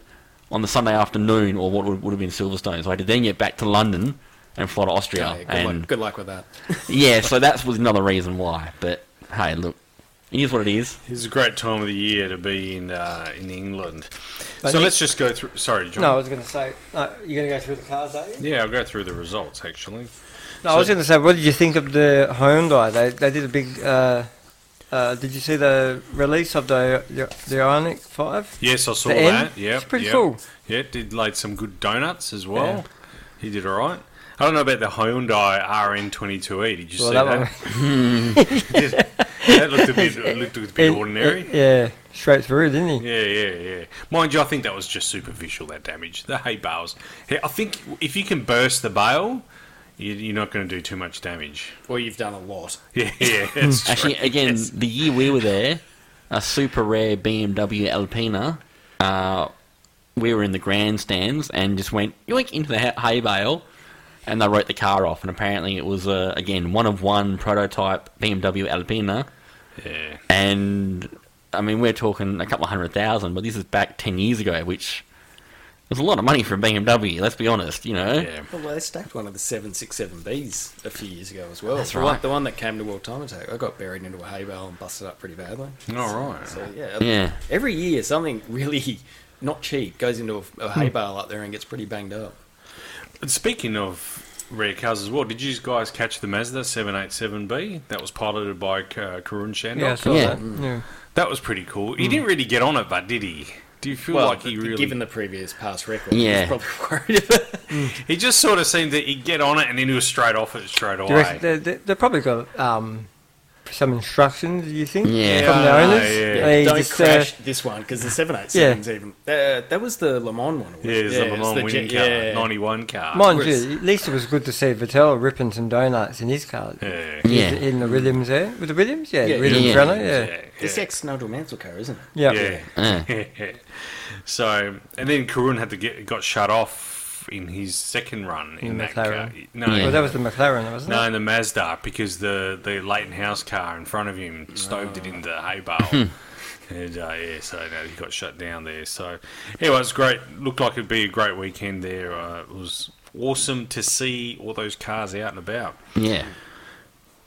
D: on the Sunday afternoon, or what would, would have been Silverstone. So I had to then get back to London and fly to Austria.
C: Okay, good,
D: and
C: luck, good luck with that.
D: Yeah, so that was another reason why. But hey, look, it is what it is.
F: It's a great time of the year to be in uh, in England.
E: But
F: so
E: it-
F: let's just go through. Sorry, John.
E: No, I was going to say, no, you're going to go through the cars, are you?
F: Yeah, I'll go through the results actually.
E: No, I was going to say, what did you think of the Hyundai? They they did a big. Uh, uh, did you see the release of the the, the Ionic Five?
F: Yes, I saw
E: The end?
F: that. Yeah,
E: It's pretty
F: yeah.
E: cool.
F: Yeah, did laid some good donuts as well.
E: Yeah.
F: He did all right. I don't know about the Hyundai RN22e. E. Did you
E: Well,
F: see
E: that
F: that?
E: one-
F: that looked a bit it looked a bit
E: It-
F: ordinary.
E: it- yeah, straight through, didn't he?
F: Yeah, yeah, yeah. Mind you, I think that was just superficial, that damage. The hay bales. Yeah, I think if you can burst the bale, you- you're not going to do too much damage.
C: Well, you've done a lot.
F: Yeah, yeah, that's true.
D: Hmm. Actually, again,
F: Yes.
D: the year we were there, a super rare BMW Alpina, uh, we were in the grandstands and just went yoink into the ha- hay bale, and they wrote the car off. And apparently, it was uh, again one of one prototype BMW Alpina,
F: Yeah.
D: and I mean we're talking a couple of hundred thousand, but this is back ten years ago, which was a lot of money for a BMW. Let's be honest, you know.
F: Yeah.
C: Well, they stacked one of the 767Bs a few years ago as well.
D: That's
C: The
D: right.
C: one- The one that came to World Time Attack. I got buried into a hay bale and busted up pretty badly.
F: All right.
C: So, yeah.
D: Yeah.
C: Every year, something really not cheap goes into a, a hay bale up there and gets pretty banged up.
F: And Speaking of rare cars as well, did you guys catch the Mazda 787B? That was piloted by uh, Karun Shandok.
E: Yeah, I saw
D: Yeah.
E: that. Yeah.
F: That was pretty cool.
E: Hmm.
F: He didn't really get on it, but did he? Do you feel
C: Well,
F: like he
C: th-
F: really?
C: given the previous past record,
D: Yeah.
C: yeah. he's probably worried about
F: He just sort of seemed that he'd get on it and then he was straight off it straight
E: Do you reckon
F: away.
E: they, they, they probably got um, some instructions. Do you think?
D: Yeah.
E: From the
F: Yeah,
E: owners.
F: yeah.
E: They
C: Don't
E: just, uh,
C: crash this one because the 787's even. Uh, that was the Le Mans one.
F: Yeah, it's the Le Mans winning
C: jet-
F: car,
C: yeah.
F: 91 car.
E: mind
C: Whereas-
E: you, at least it was good to see Vettel ripping some donuts in his car.
F: Yeah.
D: Yeah.
E: In the Williams there, with the Williams, yeah,
C: Yeah,
E: Williams
D: yeah.
E: runner, yeah,
C: It's ex Nigel Mansell car, isn't it?
E: yeah.
F: Yeah. so, and then Karun had to get got shut off in his second run in,
E: In
F: that car.
E: McLaren.
F: No,
D: Yeah.
E: Well, that was the McLaren, wasn't
F: no,
E: it?
F: in the Mazda because the the Leighton House car in front of him stoved it into the hay bale.
E: Hmm.
F: And uh, yeah, so no, he got shut down there. So anyway, it's great. Looked like it'd be a great weekend there. Uh, it was awesome to see all those cars out and about.
D: yeah.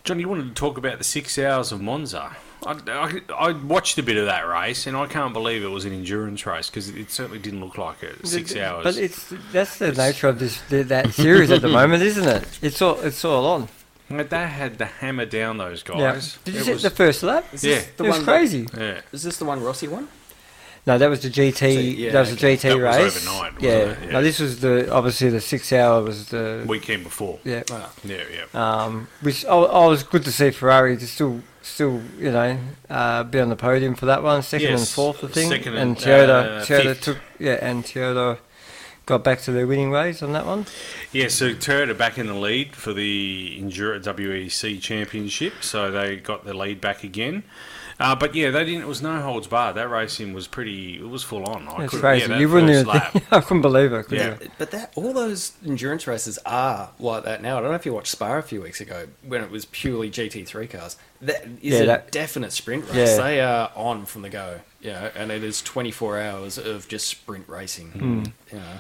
F: John, you wanted to talk about the six hours of Monza. I, I, I watched a bit of that race, and I can't believe it was an endurance race because it certainly didn't look like it. Six
E: Th-
F: hours.
E: But it's that's the nature of this th- that series at the moment, isn't it? It's all it's all on.
F: But they had to hammer down those
E: Yeah.
F: guys.
E: Did you
F: It
E: see
F: was-
E: the first lap?
C: Is
F: Yeah.
C: this the
E: it was
C: one that-
E: crazy.
F: yeah.
C: Is this the one Rossi won?
E: No, that was the GT.
C: So, yeah,
E: that was the
C: okay.
E: GT
F: That was
E: race.
F: overnight, wasn't
E: yeah.
F: it? Yeah.
E: No, this was the obviously the six hour was the
F: weekend before.
E: yeah.
C: Ah.
F: yeah, yeah.
E: Um, which I, I was good to see Ferrari to still still you know uh, be on the podium for that one, second and
F: Yes,
E: fourth I think,
F: second
E: and
F: and,
E: Toyota
F: uh,
E: Toyota
F: fifth.
E: took yeah, and Toyota got back to their winning ways on that one.
F: Yeah, so Toyota back in the lead E for the Enduro WEC Championship, so they got the lead back again. Uh, but yeah, they didn't. It was no holds barred. That racing was pretty. It was full on. I
E: It's
F: couldn't-
E: crazy.
F: Yeah, that
E: you wouldn't
F: first
E: even
F: lap.
E: think. I couldn't believe it. could
F: Yeah.
E: you?
C: But that all those endurance races are like that now. I don't know if you watched Spa a few weeks ago when it was purely GT3 cars. That is
E: Yeah,
C: a
E: that-
C: definite sprint race.
E: Yeah.
C: They are on from the go. Yeah, and it is 24 hours of just sprint racing.
E: Hmm.
C: You know,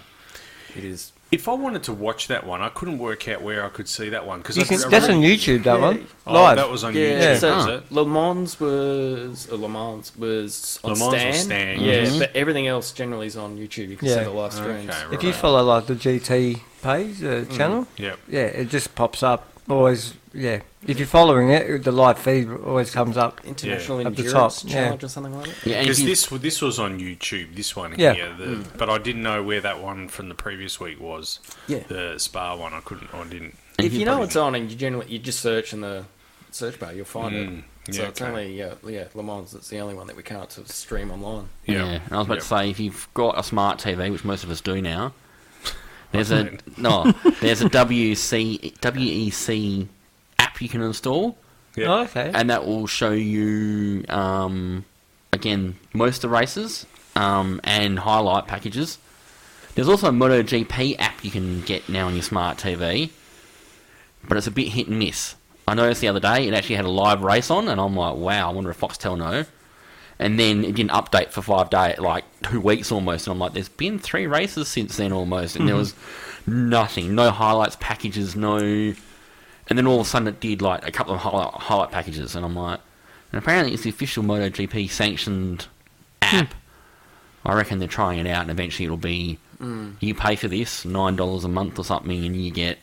C: it is.
F: If I wanted to watch that one, I couldn't work out where I could see that one because
E: You can, that's on YouTube. That
C: Yeah.
E: one
F: Oh,
E: live.
F: that was on
C: Yeah,
F: YouTube.
C: so
F: Was it?
C: Le Mans was uh, Le Mans was on
F: Le Mans was
C: stand.
F: Stan,
C: Yeah,
F: yes.
C: but everything else generally is on YouTube. You can see
E: Mm-hmm. Yeah.
C: the live streams.
F: Okay,
E: if you
F: right.
E: follow like the GT page uh,
F: Hmm.
E: channel,
F: Yep.
E: yeah, it just pops up. Always, yeah. If you're following it, the live feed always comes up.
C: International
E: At the top,
C: Endurance
E: yeah.
C: Challenge or something like that.
D: Yeah, and
F: Because
D: if you-
F: this this was on YouTube, this one
E: Yeah.
F: here, the,
C: Hmm.
F: but I didn't know where that one from the previous week was.
C: Yeah.
F: the Spa one, I couldn't, I didn't.
C: if you know
F: probably-
C: it's on and you generally you just search in the search bar, you'll find
F: Mm,
C: it. So
F: yeah,
C: it's
F: okay.
C: only yeah, yeah, Le Mans. It's the only one that we can't sort of stream online.
D: Yeah. And I was about to say, if you've got a smart TV, which most of us do now, there's a no, there's a WC WEC E app you can install,
F: Yeah.
E: Oh, okay.
D: and that will show you um, again most of the races um, and highlight packages. There's also a MotoGP app you can get now on your smart TV, but it's a bit hit and miss. I noticed the other day it actually had a live race on, and I'm like, wow, I wonder if Foxtel know. And then it didn't update for five days, like two weeks almost. And I'm like, there's been three races since then almost, and there was nothing, no highlights packages, no. And then all of a sudden it did like a couple of highlight, highlight packages, and I'm like, and apparently it's the official MotoGP sanctioned
E: Hmm.
D: app. I reckon they're trying it out, and eventually it'll be
E: Hmm.
D: you pay for this nine dollars a month or something, and you get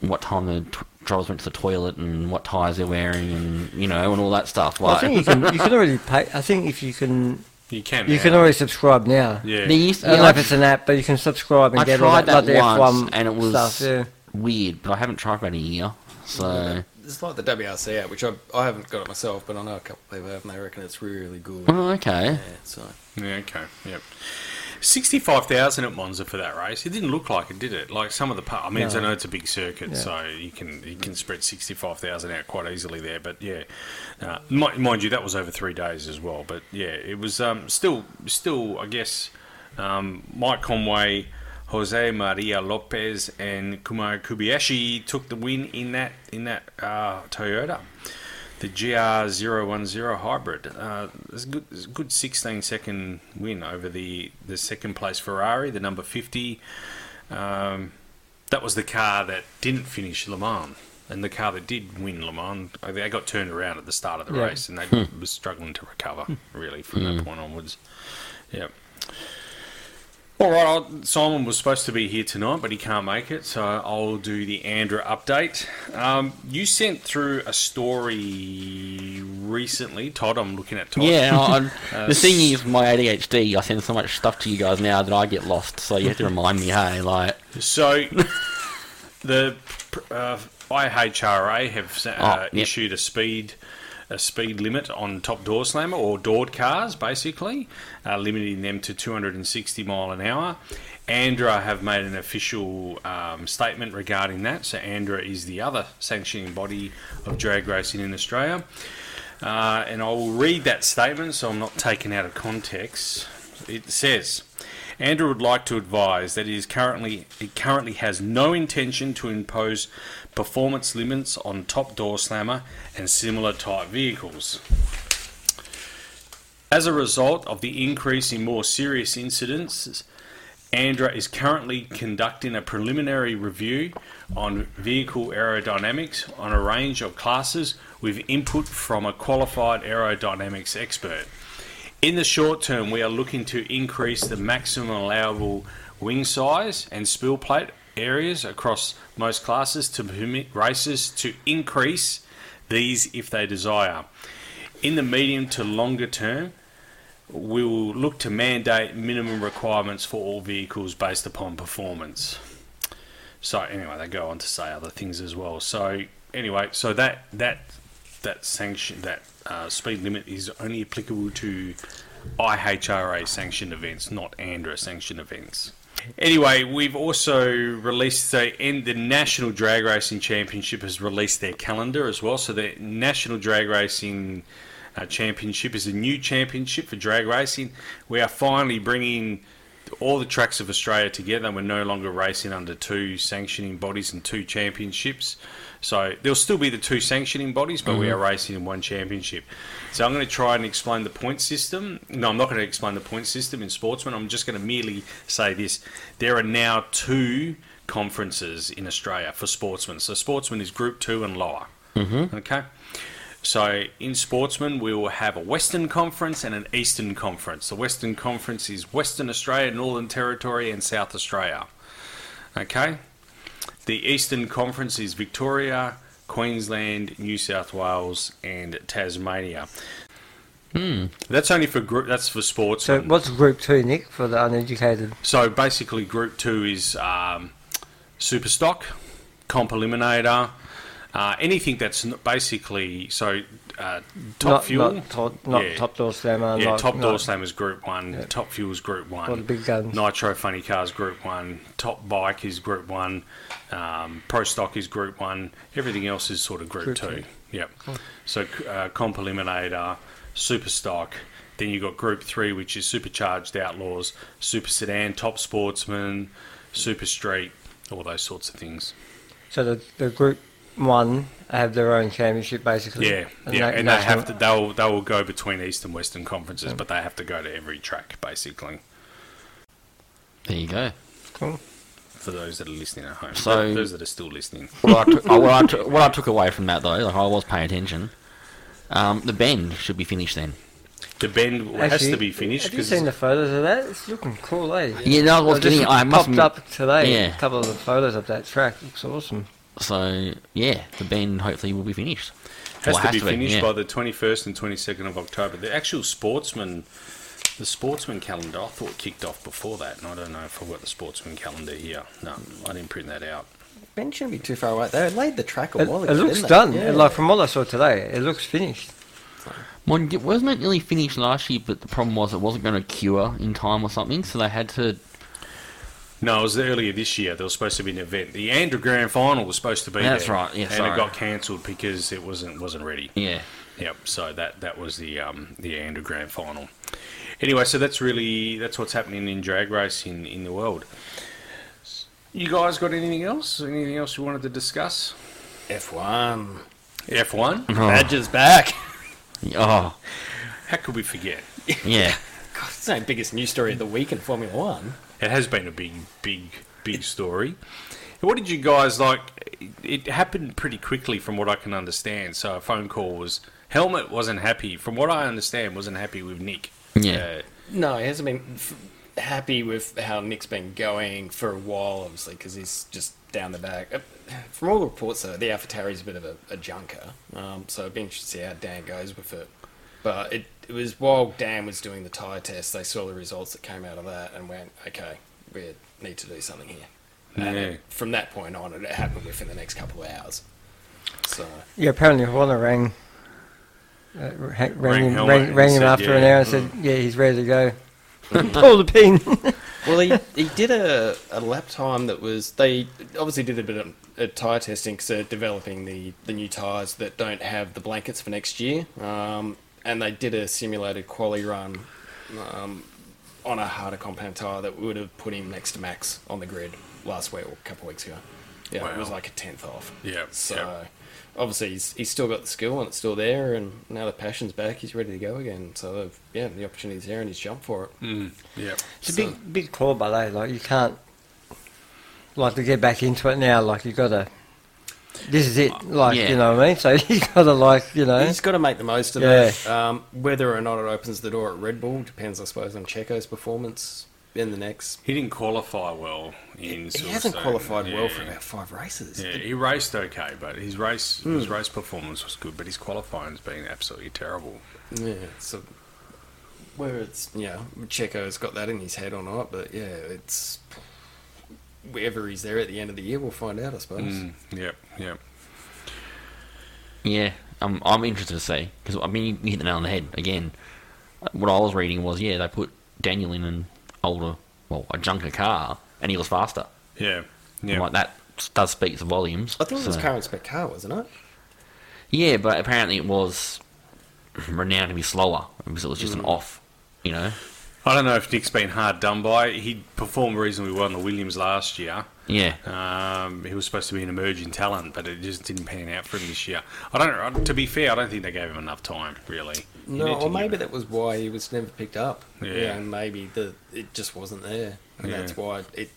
D: what time the t- drivers went to the toilet and what tires they're wearing, and you know, and all that stuff.
E: Well, I
D: Like,
E: think you can. You can already pay. I think if you can,
F: you can.
E: you can
F: now.
E: already subscribe now.
F: Yeah.
D: They used-
E: I don't
D: yeah,
E: know
D: I
E: if it's an app, but you can subscribe and
D: I
E: get all
D: tried
E: that, like
D: that
E: the
D: once
E: F1
D: and it was
E: stuff. Yeah.
D: weird, but I haven't tried for about a year. So,
C: It's like the WRC app, which I, I haven't got it myself, but I know a couple of people have, and they reckon it's really good.
E: Mm-hmm.
D: well, okay.
C: Yeah, so
F: Yeah, okay. Yep. Sixty-five thousand at Monza for that race. It didn't look like it, did it? Like some of the part. I mean, I know it's a big circuit, so you can you can spread sixty-five thousand out quite easily there. But yeah, uh, mi- mind you, that was over three days as well. But yeah, it was um, still still I guess um, Mike Conway, Jose Maria Lopez, and Kumar Kubiashi took the win in that in that uh, Toyota the GR010 hybrid. Uh, it's a good, it's a good 16 second win over the, the second place Ferrari, the number 50. Um, that was the car that didn't finish Le Mans. And the car that did win Le Mans, uh, they got turned around at the start of the
E: Yeah.
F: race and they were struggling to recover, really, from that point onwards. Yep. All right, I'll, Simon was supposed to be here tonight, but he can't make it, so I'll do the Andra update. Um, you sent through a story recently, Todd. I'm looking at Todd.
D: Yeah, I, I- the thing
F: s-
D: is, my ADHD, I send so much stuff to you guys now that I get lost, so you have to remind me, hey, like,
F: So the uh, IHRA have s- uh,
D: Oh, yep.
F: issued a speed a speed limit on top door slammer or doored cars, basically, uh, limiting them to 260 mile an hour. Andra have made an official um, statement regarding that. So Andra is the other sanctioning body of drag racing in Australia. Uh, and I will read that statement so I'm not taken out of context. It says, Andrew would like to advise that it is currently it currently has no intention to impose performance limits on top door slammer and similar type vehicles. As a result of the increase in more serious incidents, Andra is currently conducting a preliminary review on vehicle aerodynamics on a range of classes with input from a qualified aerodynamics expert. In the short term, we are looking to increase the maximum allowable wing size and spill plate areas across most classes to permit racers to increase these if they desire. In the medium to longer term, we will look to mandate minimum requirements for all vehicles based upon performance. So anyway, they go on to say other things as well. So anyway, so that that that sanction that uh, speed limit is only applicable to IHRA sanctioned events, not ANDRA sanctioned events. Anyway, we've also released so and the National Drag Racing Championship has released their calendar as well. So the National Drag Racing uh, Championship is a new championship for drag racing. We are finally bringing all the tracks of Australia together. We're no longer racing under two sanctioning bodies and two championships. So there'll still be the two sanctioning bodies, but we are racing in one championship. So I'm going to try and explain the point system. No, I'm not going to explain the point system in sportsman. I'm just going to merely say this: there are now two conferences in Australia for sportsmen. So sportsman is Group Two and lower. Mm-hmm. Okay. So in sportsmen, we will have a Western Conference and an Eastern Conference. The Western Conference is Western Australia, Northern Territory, and South Australia. Okay. The Eastern Conference is Victoria, Queensland, New South Wales, and Tasmania. That's only for group. That's for sports.
E: So what's Group Two, Nick, for the uneducated?
F: So basically, Group Two is um, Superstock, Comp Eliminator, uh, anything that's n- basically so uh, Top
E: not,
F: Fuel.
E: not, to- not
F: yeah.
E: top door slammer.
F: yeah,
E: like-
F: Top
E: no.
F: Door Slammer's Group One, Top Fuel's Group One,
E: All the big guns.
F: Nitro Funny Cars Group One, Top Bike is Group One, um, Pro Stock is Group One. Everything else is sort of Group,
E: Group
F: Two.
E: two.
F: Yep. So uh, Comp Eliminator, Super Stock. Then you've got Group Three, which is Supercharged Outlaws, Super Sedan, Top Sportsman, Super Street, all those sorts of things.
E: So the, the Group One have their own championship basically.
F: Yeah, yeah,
E: na-
F: and they
E: national-
F: have to. They'll they will go between East and Western conferences, but they have to go to every track basically.
D: There you go.
E: Cool.
F: for those that are listening at home.
D: So-
F: those that are still listening.
D: What I, took, uh, what, I took, what I took away from that though, like I was paying attention. Um, the bend should be finished then.
F: The bend has
E: Actually,
F: to be finished
E: Have you
F: because
E: seen the photos of that? It's looking cool, eh?
D: Yeah, no, I was
E: I just
D: getting. I must
E: popped
D: admit-
E: up today.
D: Yeah.
E: A couple of the photos of that track looks awesome.
D: So yeah, the bend hopefully will be finished.
F: has
D: Well, it
F: to be finished
D: yeah.
F: by the twenty first and twenty second of October. The actual sportsman, the sportsman calendar, I thought kicked off before that, and I don't know if I've got the sportsman calendar here. No, I didn't print that out.
C: Ben shouldn't be too far away. They laid the track a
E: It,
C: while
E: it
C: ago.
E: looks
C: didn't they?
E: done.
C: Yeah.
E: Like from what I saw today, it looks finished.
D: Mon, it wasn't it nearly finished last year, but the problem was it wasn't going to cure in time or something, so they had to.
F: No, it was earlier this year. There was supposed to be an event. The Andrew Grand Final was supposed to be.
D: That's
F: there,
D: right, yeah,
F: and it
D: sorry.
F: got cancelled because it wasn't wasn't ready.
D: Yeah,
F: Yep. So that that was the um, the Andrew Grand Final. Anyway, so that's really that's what's happening in drag racing in the world. You guys got anything else? Anything else you wanted to discuss?
C: F1.
F: F one.
C: Badger's back.
D: oh
F: How could we forget?
D: yeah.
C: God, it's the biggest news story of the week in Formula One.
F: It has been a big, big, big story. What did you guys like? It happened pretty quickly, from what I can understand. So a phone call was Helmet wasn't happy, from what I understand, wasn't happy with Nick.
D: Yeah.
F: Uh,
C: No, he hasn't been f- happy with how Nick's been going for a while, obviously, because he's just down the back. Uh, From all the reports, though, the AlphaTauri's a bit of a, a junker, um, so it'd be interesting to see how Dan goes with it. But it, it was while Dan was doing the tyre test, they saw the results that came out of that and went, okay, we need to do something here. And
F: Yeah.
C: it- from that point on, it happened within the next couple of hours. So
E: Yeah, apparently Horner rang. Uh, rang, rang, him-
F: Helmut
E: rang,
F: and
E: rang him
F: said,
E: after an
F: yeah, mm."
E: hour and said, "Yeah, he's ready to go." Pull the pin.
C: Well, he, he did a, a lap time that was. They obviously did a bit of uh tyre testing because they're developing the, the new tyres that don't have the blankets for next year. Um, and they did a simulated quali run um, on a harder compound tyre that would have put him next to Max on the grid last week or a couple of weeks ago. Yeah, it was
F: Wow.
C: like a tenth off.
F: Yeah,
C: So
F: yeah.
C: obviously he's, he's still got the skill and it's still there, and now the passion's back. He's ready to go again. So yeah, the opportunity's there, and he's jumped for it.
F: yeah.
E: It's a big, big call, but eh? like you can't, like to get back into it now. Like you got to. This is it. Like
D: Yeah.
E: you know what I mean. So you got to like you know.
C: He's got to make the most of
E: Yeah.
C: it. Um, whether or not it opens the door at Red Bull depends, I suppose, on Checo's performance in the next.
F: He didn't qualify well in.
C: He hasn't
F: Silverstone.
C: qualified well for
F: Yeah.
C: about five races.
F: Yeah, he raced okay, but his race his
C: Hmm.
F: race performance was good, but his qualifying's been absolutely terrible.
C: Yeah, so whether it's yeah, Checo's got that in his head or not, but yeah, it's wherever he's there at the end of the year, we'll find out, I suppose.
F: Yep, yep.
D: Yeah, I'm I'm interested to see because I mean you, you hit the nail on the head again. What I was reading was yeah they put Daniel in an older well a junker car and he was faster.
F: Yeah, yeah.
D: Like that s- does speak to volumes.
C: I think it was
D: so-
C: Karen Speck car, wasn't it?
D: Yeah, but apparently it was renowned to be slower because it was just an
F: Mm.
D: off, you know.
F: I don't know if Nick's been hard done by. He performed reasonably well in the Williams last year.
D: Yeah,
F: Um, he was supposed to be an emerging talent, but it just didn't pan out for him this year. I don't. I- To be fair, I don't think they gave him enough time. Really. He
C: No,
F: needed to
C: or maybe
F: give-
C: that was why he was never picked up.
F: Yeah.
C: and maybe the it just wasn't there, and
F: Yeah.
C: that's why it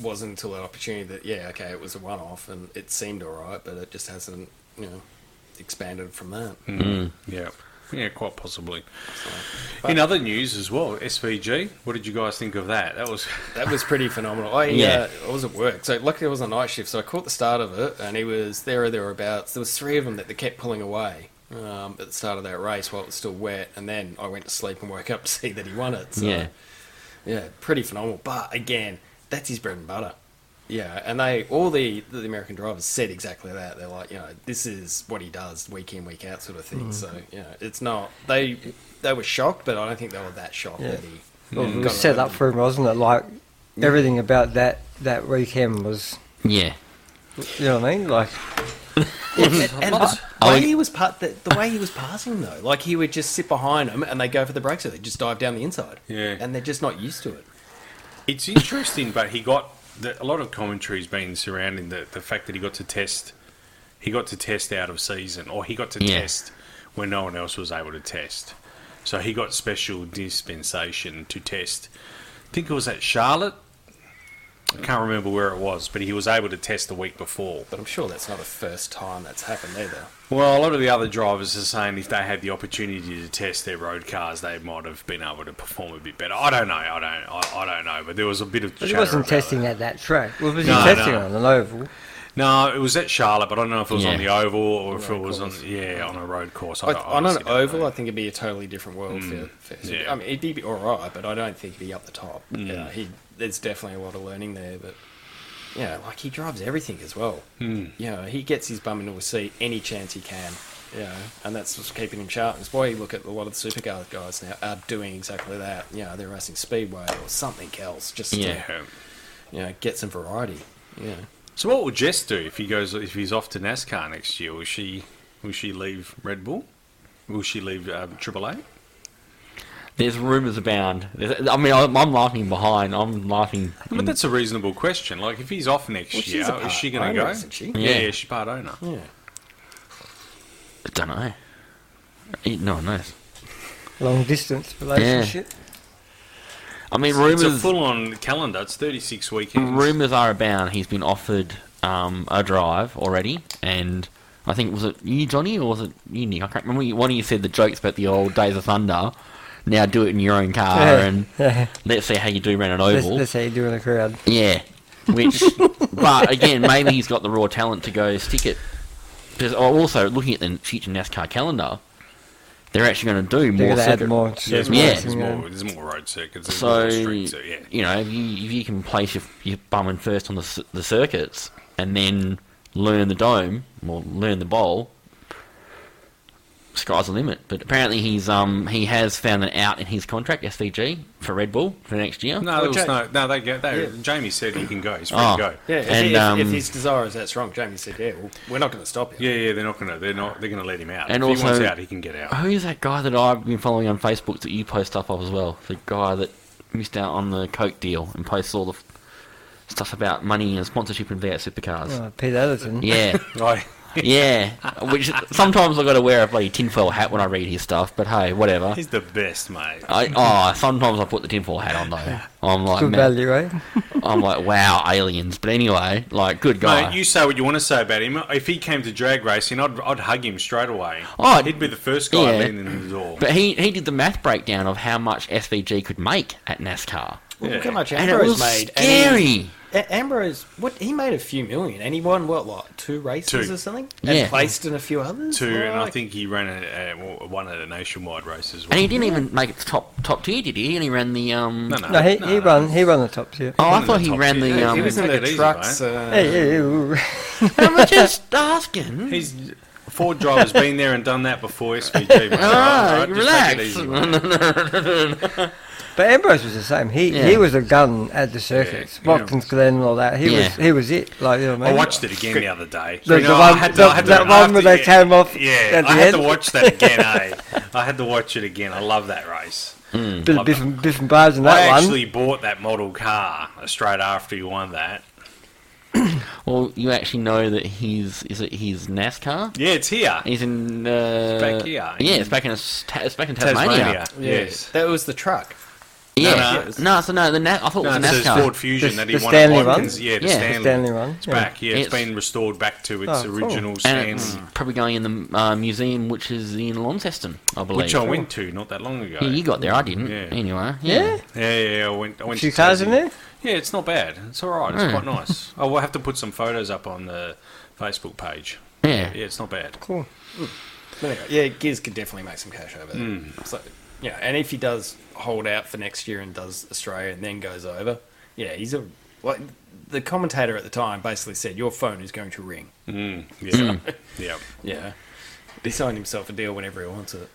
C: wasn't until that opportunity that yeah, okay, it was a one-off and it seemed all right, but it just hasn't you know expanded from that.
F: Hmm.
C: Hmm.
F: Yeah. Yeah, quite possibly. In other news as well, SVG. What did you guys think of that? That was
C: That was pretty phenomenal. I
D: Yeah.
C: uh, I was at work, so luckily it was a night shift, so I caught the start of it, and he was there or thereabouts. There was three of them that they kept pulling away um, at the start of that race while it was still wet, and then I went to sleep and woke up to see that he won it. So,
D: yeah,
C: yeah, pretty phenomenal. But again, that's his bread and butter. Yeah, and they all the the American drivers said exactly that. They're like, you know, this is what he does week in week out, sort of thing. So you know, it's not they they were shocked, but I don't think they were that shocked
E: Yeah.
C: that he.
E: Well, it
C: got
E: was set
C: away.
E: up for him, wasn't it? Like everything about that that weekend was.
D: yeah.
E: You know what I mean? Like
C: And, and the
D: I
C: way
D: think-
C: he was part, the, the way he was passing though, like he would just sit behind them and they go for the break, so they just dive down the inside.
F: Yeah.
C: and they're just not used to it.
F: It's interesting, but he got the, a lot of commentary's been surrounding the, the fact that he got to test. He got to test out of season, or he got to
D: Yeah.
F: test when no one else was able to test. So he got special dispensation to test. I think it was at Charlotte. I can't remember where it was, but he was able to test the week before.
C: But I'm sure that's not the first time that's happened either.
F: Well, a lot of the other drivers are saying if they had the opportunity to test their road cars, they might have been able to perform a bit better. I don't know. I don't. I, I don't know. But there was a bit of.
E: but he
F: chatter
E: wasn't
F: about
E: testing
F: that.
E: at that track. Well, was
F: No,
E: he testing
F: no.
E: on an oval?
F: No, it was at Charlotte, but I don't know if it was on the
D: Yeah.
F: oval or if it was
C: course.
F: on yeah on a road course. I
C: I,
F: don't-
D: Oh,
C: on an
F: honestly don't
C: oval,
F: know.
C: I think it'd be a totally different world.
D: Mm.
C: for, for,
F: Yeah.
C: I mean, it'd be all right, but I don't think he'd be up the top.
D: Mm.
C: Yeah, he there's definitely a lot of learning there, but yeah, like he drives everything as well. Mm. You know, he gets his bum into a seat any chance he can. You know, and that's what's keeping him sharp. That's why you look at a lot of the supercar guys now are doing exactly that. You know, they're racing speedway or something else, just
D: Yeah.
C: to
F: Yeah.
C: you know get some variety. Yeah.
F: So what will Jess do if he goes if he's off to NASCAR next year? Will she will she leave Red Bull? Will she leave um, AAA?
D: There's rumours abound. There's, I mean, I'm, I'm laughing behind. I'm laughing.
F: But that's a reasonable question. Like if he's off next
C: Well, she's
F: year,
C: a part
F: is she going to
C: owner,
F: go?
C: isn't she?
F: Yeah.
D: Yeah.
F: she's part owner.
C: Yeah.
D: I don't know. No one knows.
E: Long distance relationship.
D: I mean,
F: It's a
D: rumours.
F: full on calendar. It's thirty six weekends.
D: Rumours are abound. He's been offered um, a drive already, and I think was it you, Johnny, or was it you, Nick? I can't remember. You- One of you said the jokes about the old Days of Thunder. Now do it in your own car, and let's see how you do around an
E: That's,
D: oval.
E: that's how you do in a crowd.
D: Yeah, which, but again, maybe he's got the raw talent to go stick it. Because also looking at the future NASCAR calendar, they're actually going to do
E: They're
D: more.
E: going to add
D: circuit-
E: more.
F: Yeah, there's
E: circuits
F: more,
D: Yeah.
F: There's,
E: and,
F: more,
E: um,
F: there's more road circuits. There's
D: So,
F: more streets. So, yeah.
D: you know, if you, if you can place your, your bum in first on the, c- the circuits and then learn the dome or learn the bowl, sky's the limit. But apparently, he's um he has found an out in his contract SVG for Red Bull for next year.
F: No, there was
C: Ja-
F: no. No, they get. They,
C: Yeah.
F: Jamie said he can go. He's free
D: Oh.
F: to go.
C: Yeah, if,
D: And,
C: if, if
D: um,
C: his desire is that strong, Jamie said, "Yeah, well, we're not going to stop you."
F: Yeah, yeah, they're not gonna. They're not. They're gonna let him out.
D: And
F: if he
D: also-
F: wants out, he can get out.
D: Who's that guy that I've been following on Facebook that you post stuff of as well? The guy that missed out on the Coke deal and posts all the f- stuff about money and sponsorship and V8 supercars.
E: oh, Pete Atherton.
D: Yeah.
F: Like,
D: Yeah, which sometimes I've got to wear a bloody tinfoil hat when I read his stuff, but hey, whatever.
F: he's the best, mate.
D: I, oh, sometimes I put the tinfoil hat on though. I'm like,
E: Good
D: man,
E: value, eh?
D: I'm like, wow, aliens. But anyway, like, good guy.
F: Mate, you say what you want to say about him. If he came to drag racing, I'd, I'd hug him straight away.
D: Oh, I'd-
F: he'd be the first guy
D: yeah.
F: leaning in the door.
D: but he he did the math breakdown of how much SVG could make at NASCAR,
C: Well, Look
F: Yeah.
C: how much
D: and it
C: Ambrose
D: was
C: made. and he-
D: scary.
C: A- Ambrose, what he made a few million, and he won what, like two races
F: Two.
C: or something, and
D: Yeah.
C: placed in a few others.
F: Two, and I
C: Like,
F: think he ran a, a, well, one at a nationwide race as well.
D: And he didn't even make it to top top tier, did he? He only ran the um.
F: no, no,
E: No, he,
F: no,
E: he
F: no.
E: run he run the top tier.
D: Oh,
F: He
D: I
F: wasn't
D: thought
F: in the
D: he
F: top
D: ran
F: tier.
D: the
F: Yeah,
D: um.
C: he was in
F: Take it
C: the
F: easy,
C: trucks.
F: mate.
C: uh,
E: Hey, hey, ooh.
D: I'm just asking.
F: He's Ford driver's been
E: Ah,
F: there and done that before SVG. mate. All right, all right, just take it
D: Relax.
F: easy,
D: No,
F: mate.
D: no, no, no, no, no.
E: But Ambrose was the same. He he
D: Yeah.
E: was a gun at the circuits,
F: Yeah,
E: Watkins Glen and all that. He
D: Yeah.
E: was he was it. Like you know what I
F: I
E: mean?
F: watched it again the other day.
E: The-
F: You
E: the
F: know,
E: one-
F: I had to-
E: the-
F: I had to-
E: that one where they
F: after-
E: came off
F: Yeah,
E: at the
F: I had to
E: end.
F: watch that again. eh? I had to watch it again. I love that race.
E: bit of biff and, biff and bars in
F: I
E: that one.
F: actually bought that model car straight after you won that.
D: Well, you actually know that he's is it his NASCAR?
F: Yeah, it's here.
D: He's in. Uh,
F: It's back here,
D: Yeah,
F: in
D: it's back in Tas- Ta- it's back in Tasmania.
F: E, Tasmania.
C: Yes.
F: Yes.
C: That was the truck.
D: Yeah.
F: no.
D: No, so no, the Na- I thought
F: No,
D: it
F: it
D: was
F: says
D: NASCAR.
F: Ford Fusion
E: The-
F: that he
E: the
F: won
E: Stanley
F: at Watkins.
E: one?
F: Yeah, the
D: Yeah. The
F: Stanley.
E: Stanley one,
F: It's
E: yeah.
F: back. Yeah, it's
D: It's-
F: been restored back to
E: Oh,
F: its
E: cool.
F: original
D: And it's
F: Stanley,
D: probably going in the uh, museum, which is in Launceston, I believe.
F: which I went to not that long ago.
D: Yeah, you got there. I didn't.
F: Yeah.
D: Anyway. Yeah.
F: Yeah, yeah, yeah, I went. I went
E: Few
F: to
E: cars in
F: Tassie.
E: there?
F: Yeah, it's not bad. It's all right. It's
D: Mm.
F: quite nice. I will have to put some photos up on the Facebook page.
D: Yeah.
F: Yeah, it's not bad.
E: Cool.
C: There they go. Yeah, Giz could definitely make some cash over there.
F: Hmm.
C: So, yeah, and if he does hold out for next year and does Australia and then goes over, yeah, he's a like the commentator at the time basically said your phone is going to ring.
F: Mm, yeah, yeah,
C: Yeah, he signed himself a deal whenever he wants it.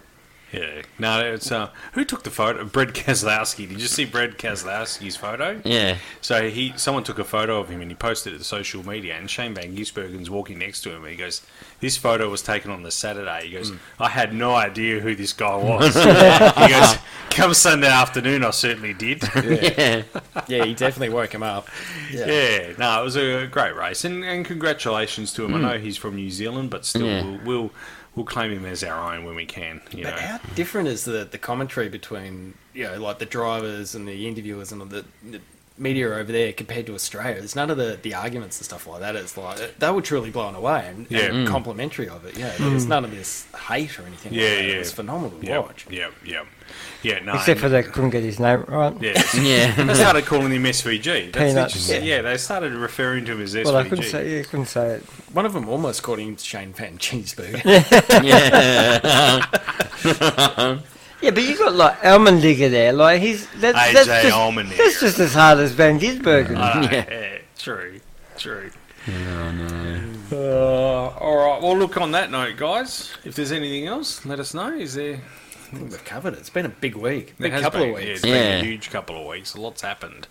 F: yeah. No, it's uh, who took the photo? Brad Keselowski. Did you see Brad Keselowski's photo?
D: Yeah.
F: So he, someone took a photo of him and he posted it to social media. And Shane Van Gisbergen's walking next to him and he goes, "This photo was taken on the Saturday." He goes,
E: Hmm.
F: "I had no idea who this guy was." he goes, "Come Sunday afternoon, I certainly did."
D: Yeah.
C: Yeah, he definitely woke him up.
F: Yeah, no, it was a great race, and, and congratulations to him.
E: Hmm.
F: I know he's from New Zealand, but still,
D: Yeah.
F: we'll, we'll we'll claim him as our own when we can. You know,
C: But how different is the, the commentary between, you know, like the drivers and the interviewers and the, the media over there compared to Australia? There's none of the, the arguments and stuff like that. It's like, they were truly blown away and,
F: Yeah. Mm.
C: and complimentary of it. Yeah, there's
D: Mm.
C: none of this hate or anything
F: Yeah,
C: like that.
F: yeah.
C: It was phenomenal to
F: yeah,
C: watch.
F: yeah, yeah, yeah. No,
E: Except for
F: and-
E: they couldn't get his name right.
F: yeah.
D: yeah.
F: They started calling him SVG. That's
E: Peanuts.
F: interesting. Yeah. they started referring to him as SVG.
E: Well, I couldn't say. Yeah, couldn't say it.
C: One of them almost called him Shane Van Cheeseburger.
E: Yeah, but you got like Almendinger there. Like he's that's,
F: AJ
E: that's just
F: Allmendinger.
E: that's just as hard as Van Gisbergen.
F: I know,
D: Yeah.
F: yeah, true, true. Uh, all right. Well, look. On that note, guys, if there's anything else, let us know. Is there?
C: I think we've covered it. It's been a big week.
F: There
C: Big
F: has
C: couple
F: been,
C: of
F: Yeah,
C: weeks.
F: it's been
D: Yeah.
F: a huge couple of weeks. A lot's happened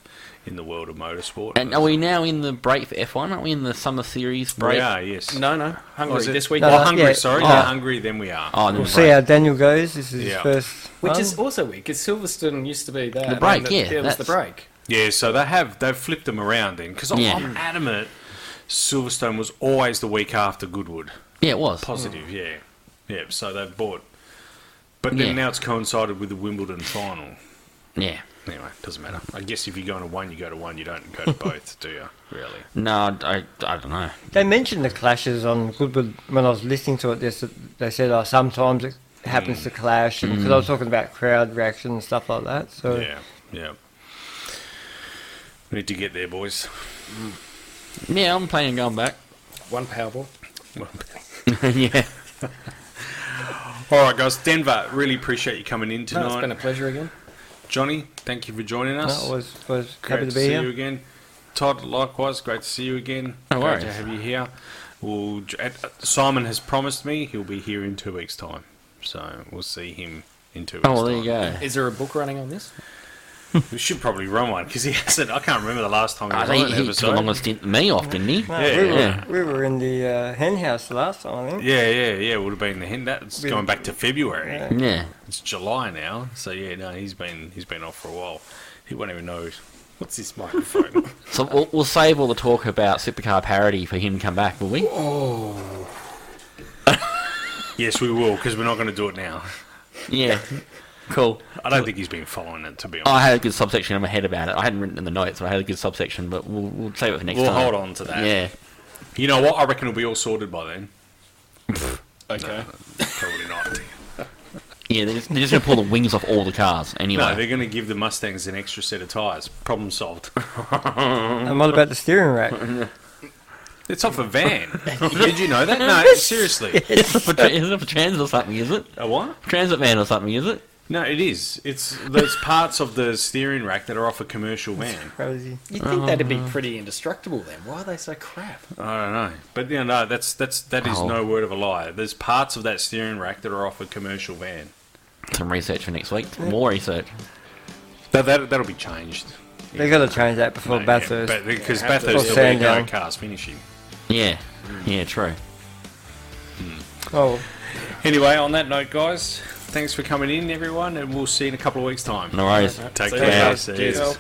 F: in the world of motorsport.
D: And are we now in the break for F1? Aren't we in the summer series break?
F: We are, yes.
C: No, no. Hungary
F: Was it-
C: this week.
E: No,
F: Oh,
E: no.
F: hungry,
E: yeah.
F: sorry.
E: Oh.
F: No, hungry, then we are.
D: Oh, the
E: We'll
D: break.
E: see how Daniel goes. This is
F: Yeah.
E: his first.
C: Which
E: one.
C: is also weak because Silverstone used to be that. and
D: Um, break,
C: then
D: yeah,
C: There was the
D: that's-
C: break.
F: Yeah, so they have, they've flipped them around then, because
D: Yeah.
F: I'm adamant Silverstone was always the week after Goodwood.
D: Yeah, it was.
F: Positive, yeah. Yeah, so they've bought. But then
D: Yeah.
F: now it's coincided with the Wimbledon final.
D: Yeah.
F: Anyway, doesn't matter. I guess if you're going to one, you go to one. You don't go to both, do you? Really?
D: No, I, I don't know.
E: They mentioned the clashes on Goodwood when I was listening to it. They said, they said oh, sometimes it
F: Mm.
E: happens to clash because I was talking about crowd reaction and stuff like that. So
F: Yeah, yeah. We need to get there, boys.
D: Yeah, I'm planning on going back.
C: One Powerball.
D: yeah.
F: All right, guys. Denver, really appreciate you coming in
C: No,
F: tonight.
C: it's been a pleasure again.
F: Johnny, thank you for joining
E: no,
F: us.
E: I was, was
F: great
E: happy to
F: to,
E: be
F: see
E: here.
F: you again. Todd, likewise, great to see you again.
D: No
F: great
D: worries.
F: to have you here. We'll, uh, Simon has promised me he'll be here in two weeks' time, so we'll see him in two weeks'
D: Oh, well, there
F: time.
D: you go.
C: Is there a book running on this?
F: We should probably run one because he hasn't. I can't remember the last time he
D: I
F: was on
D: think
F: an
D: he took a
F: episode.
D: longer stint than me off, didn't he?
E: No,
F: Yeah,
E: we, were,
D: yeah.
E: we were in the uh, hen house last time, I think.
F: Yeah, yeah, yeah. Would have been the hint. That's
E: Been-
F: going back to February.
E: Yeah.
D: Yeah.
F: It's July now, so yeah. No, he's been he's been off for a while. He won't even know what's this microphone.
D: So we'll, we'll save all the talk about supercar parody for him to come back, will we?
F: yes, we will because we're not going to do it now.
D: Yeah. Cool. Oh,
F: I don't think he's been following it to be honest.
D: I had a good subsection in my head about it. I hadn't written in the notes, but I had a good subsection, but we'll, we'll save it for next
F: We'll
D: time.
F: hold on to that.
D: Yeah.
F: You know what? I reckon it'll be all sorted by then.
C: Okay.
F: Probably not.
D: Yeah, they're just, they're just going to pull the wings off all the cars anyway.
F: no, they're going to give the Mustangs an extra set of tyres. Problem solved. Mm-hmm.
E: And what about the steering rack?
F: It's off a van. Did you know that? No, seriously.
D: for tra- is it for transit or something, is it?
F: A what?
D: Transit van or something, is it?
F: No, it is. It's those parts of the steering rack that are off a commercial van.
E: Crazy.
C: You'd think that'd be pretty indestructible then. Why are they so crap?
F: I don't know, but you know, no, that's that's that is
D: Oh.
F: no word of a lie. There's parts of that steering rack that are off a commercial van.
D: Some research for next week. More research.
F: That, that, that'll be changed.
E: They've got to change that before Bathurst.
F: Because
C: Yeah,
F: Bathurst
E: Bathurst
F: will be
E: Sandown.
F: go cars finishing.
D: Yeah, yeah, true.
E: oh,
F: Anyway, on that note, guys, thanks for coming in, everyone, and we'll see you in a couple of weeks' time.
D: No worries.
F: Take
C: See
F: care.
C: ya.
F: See
C: Cheers.
F: ya.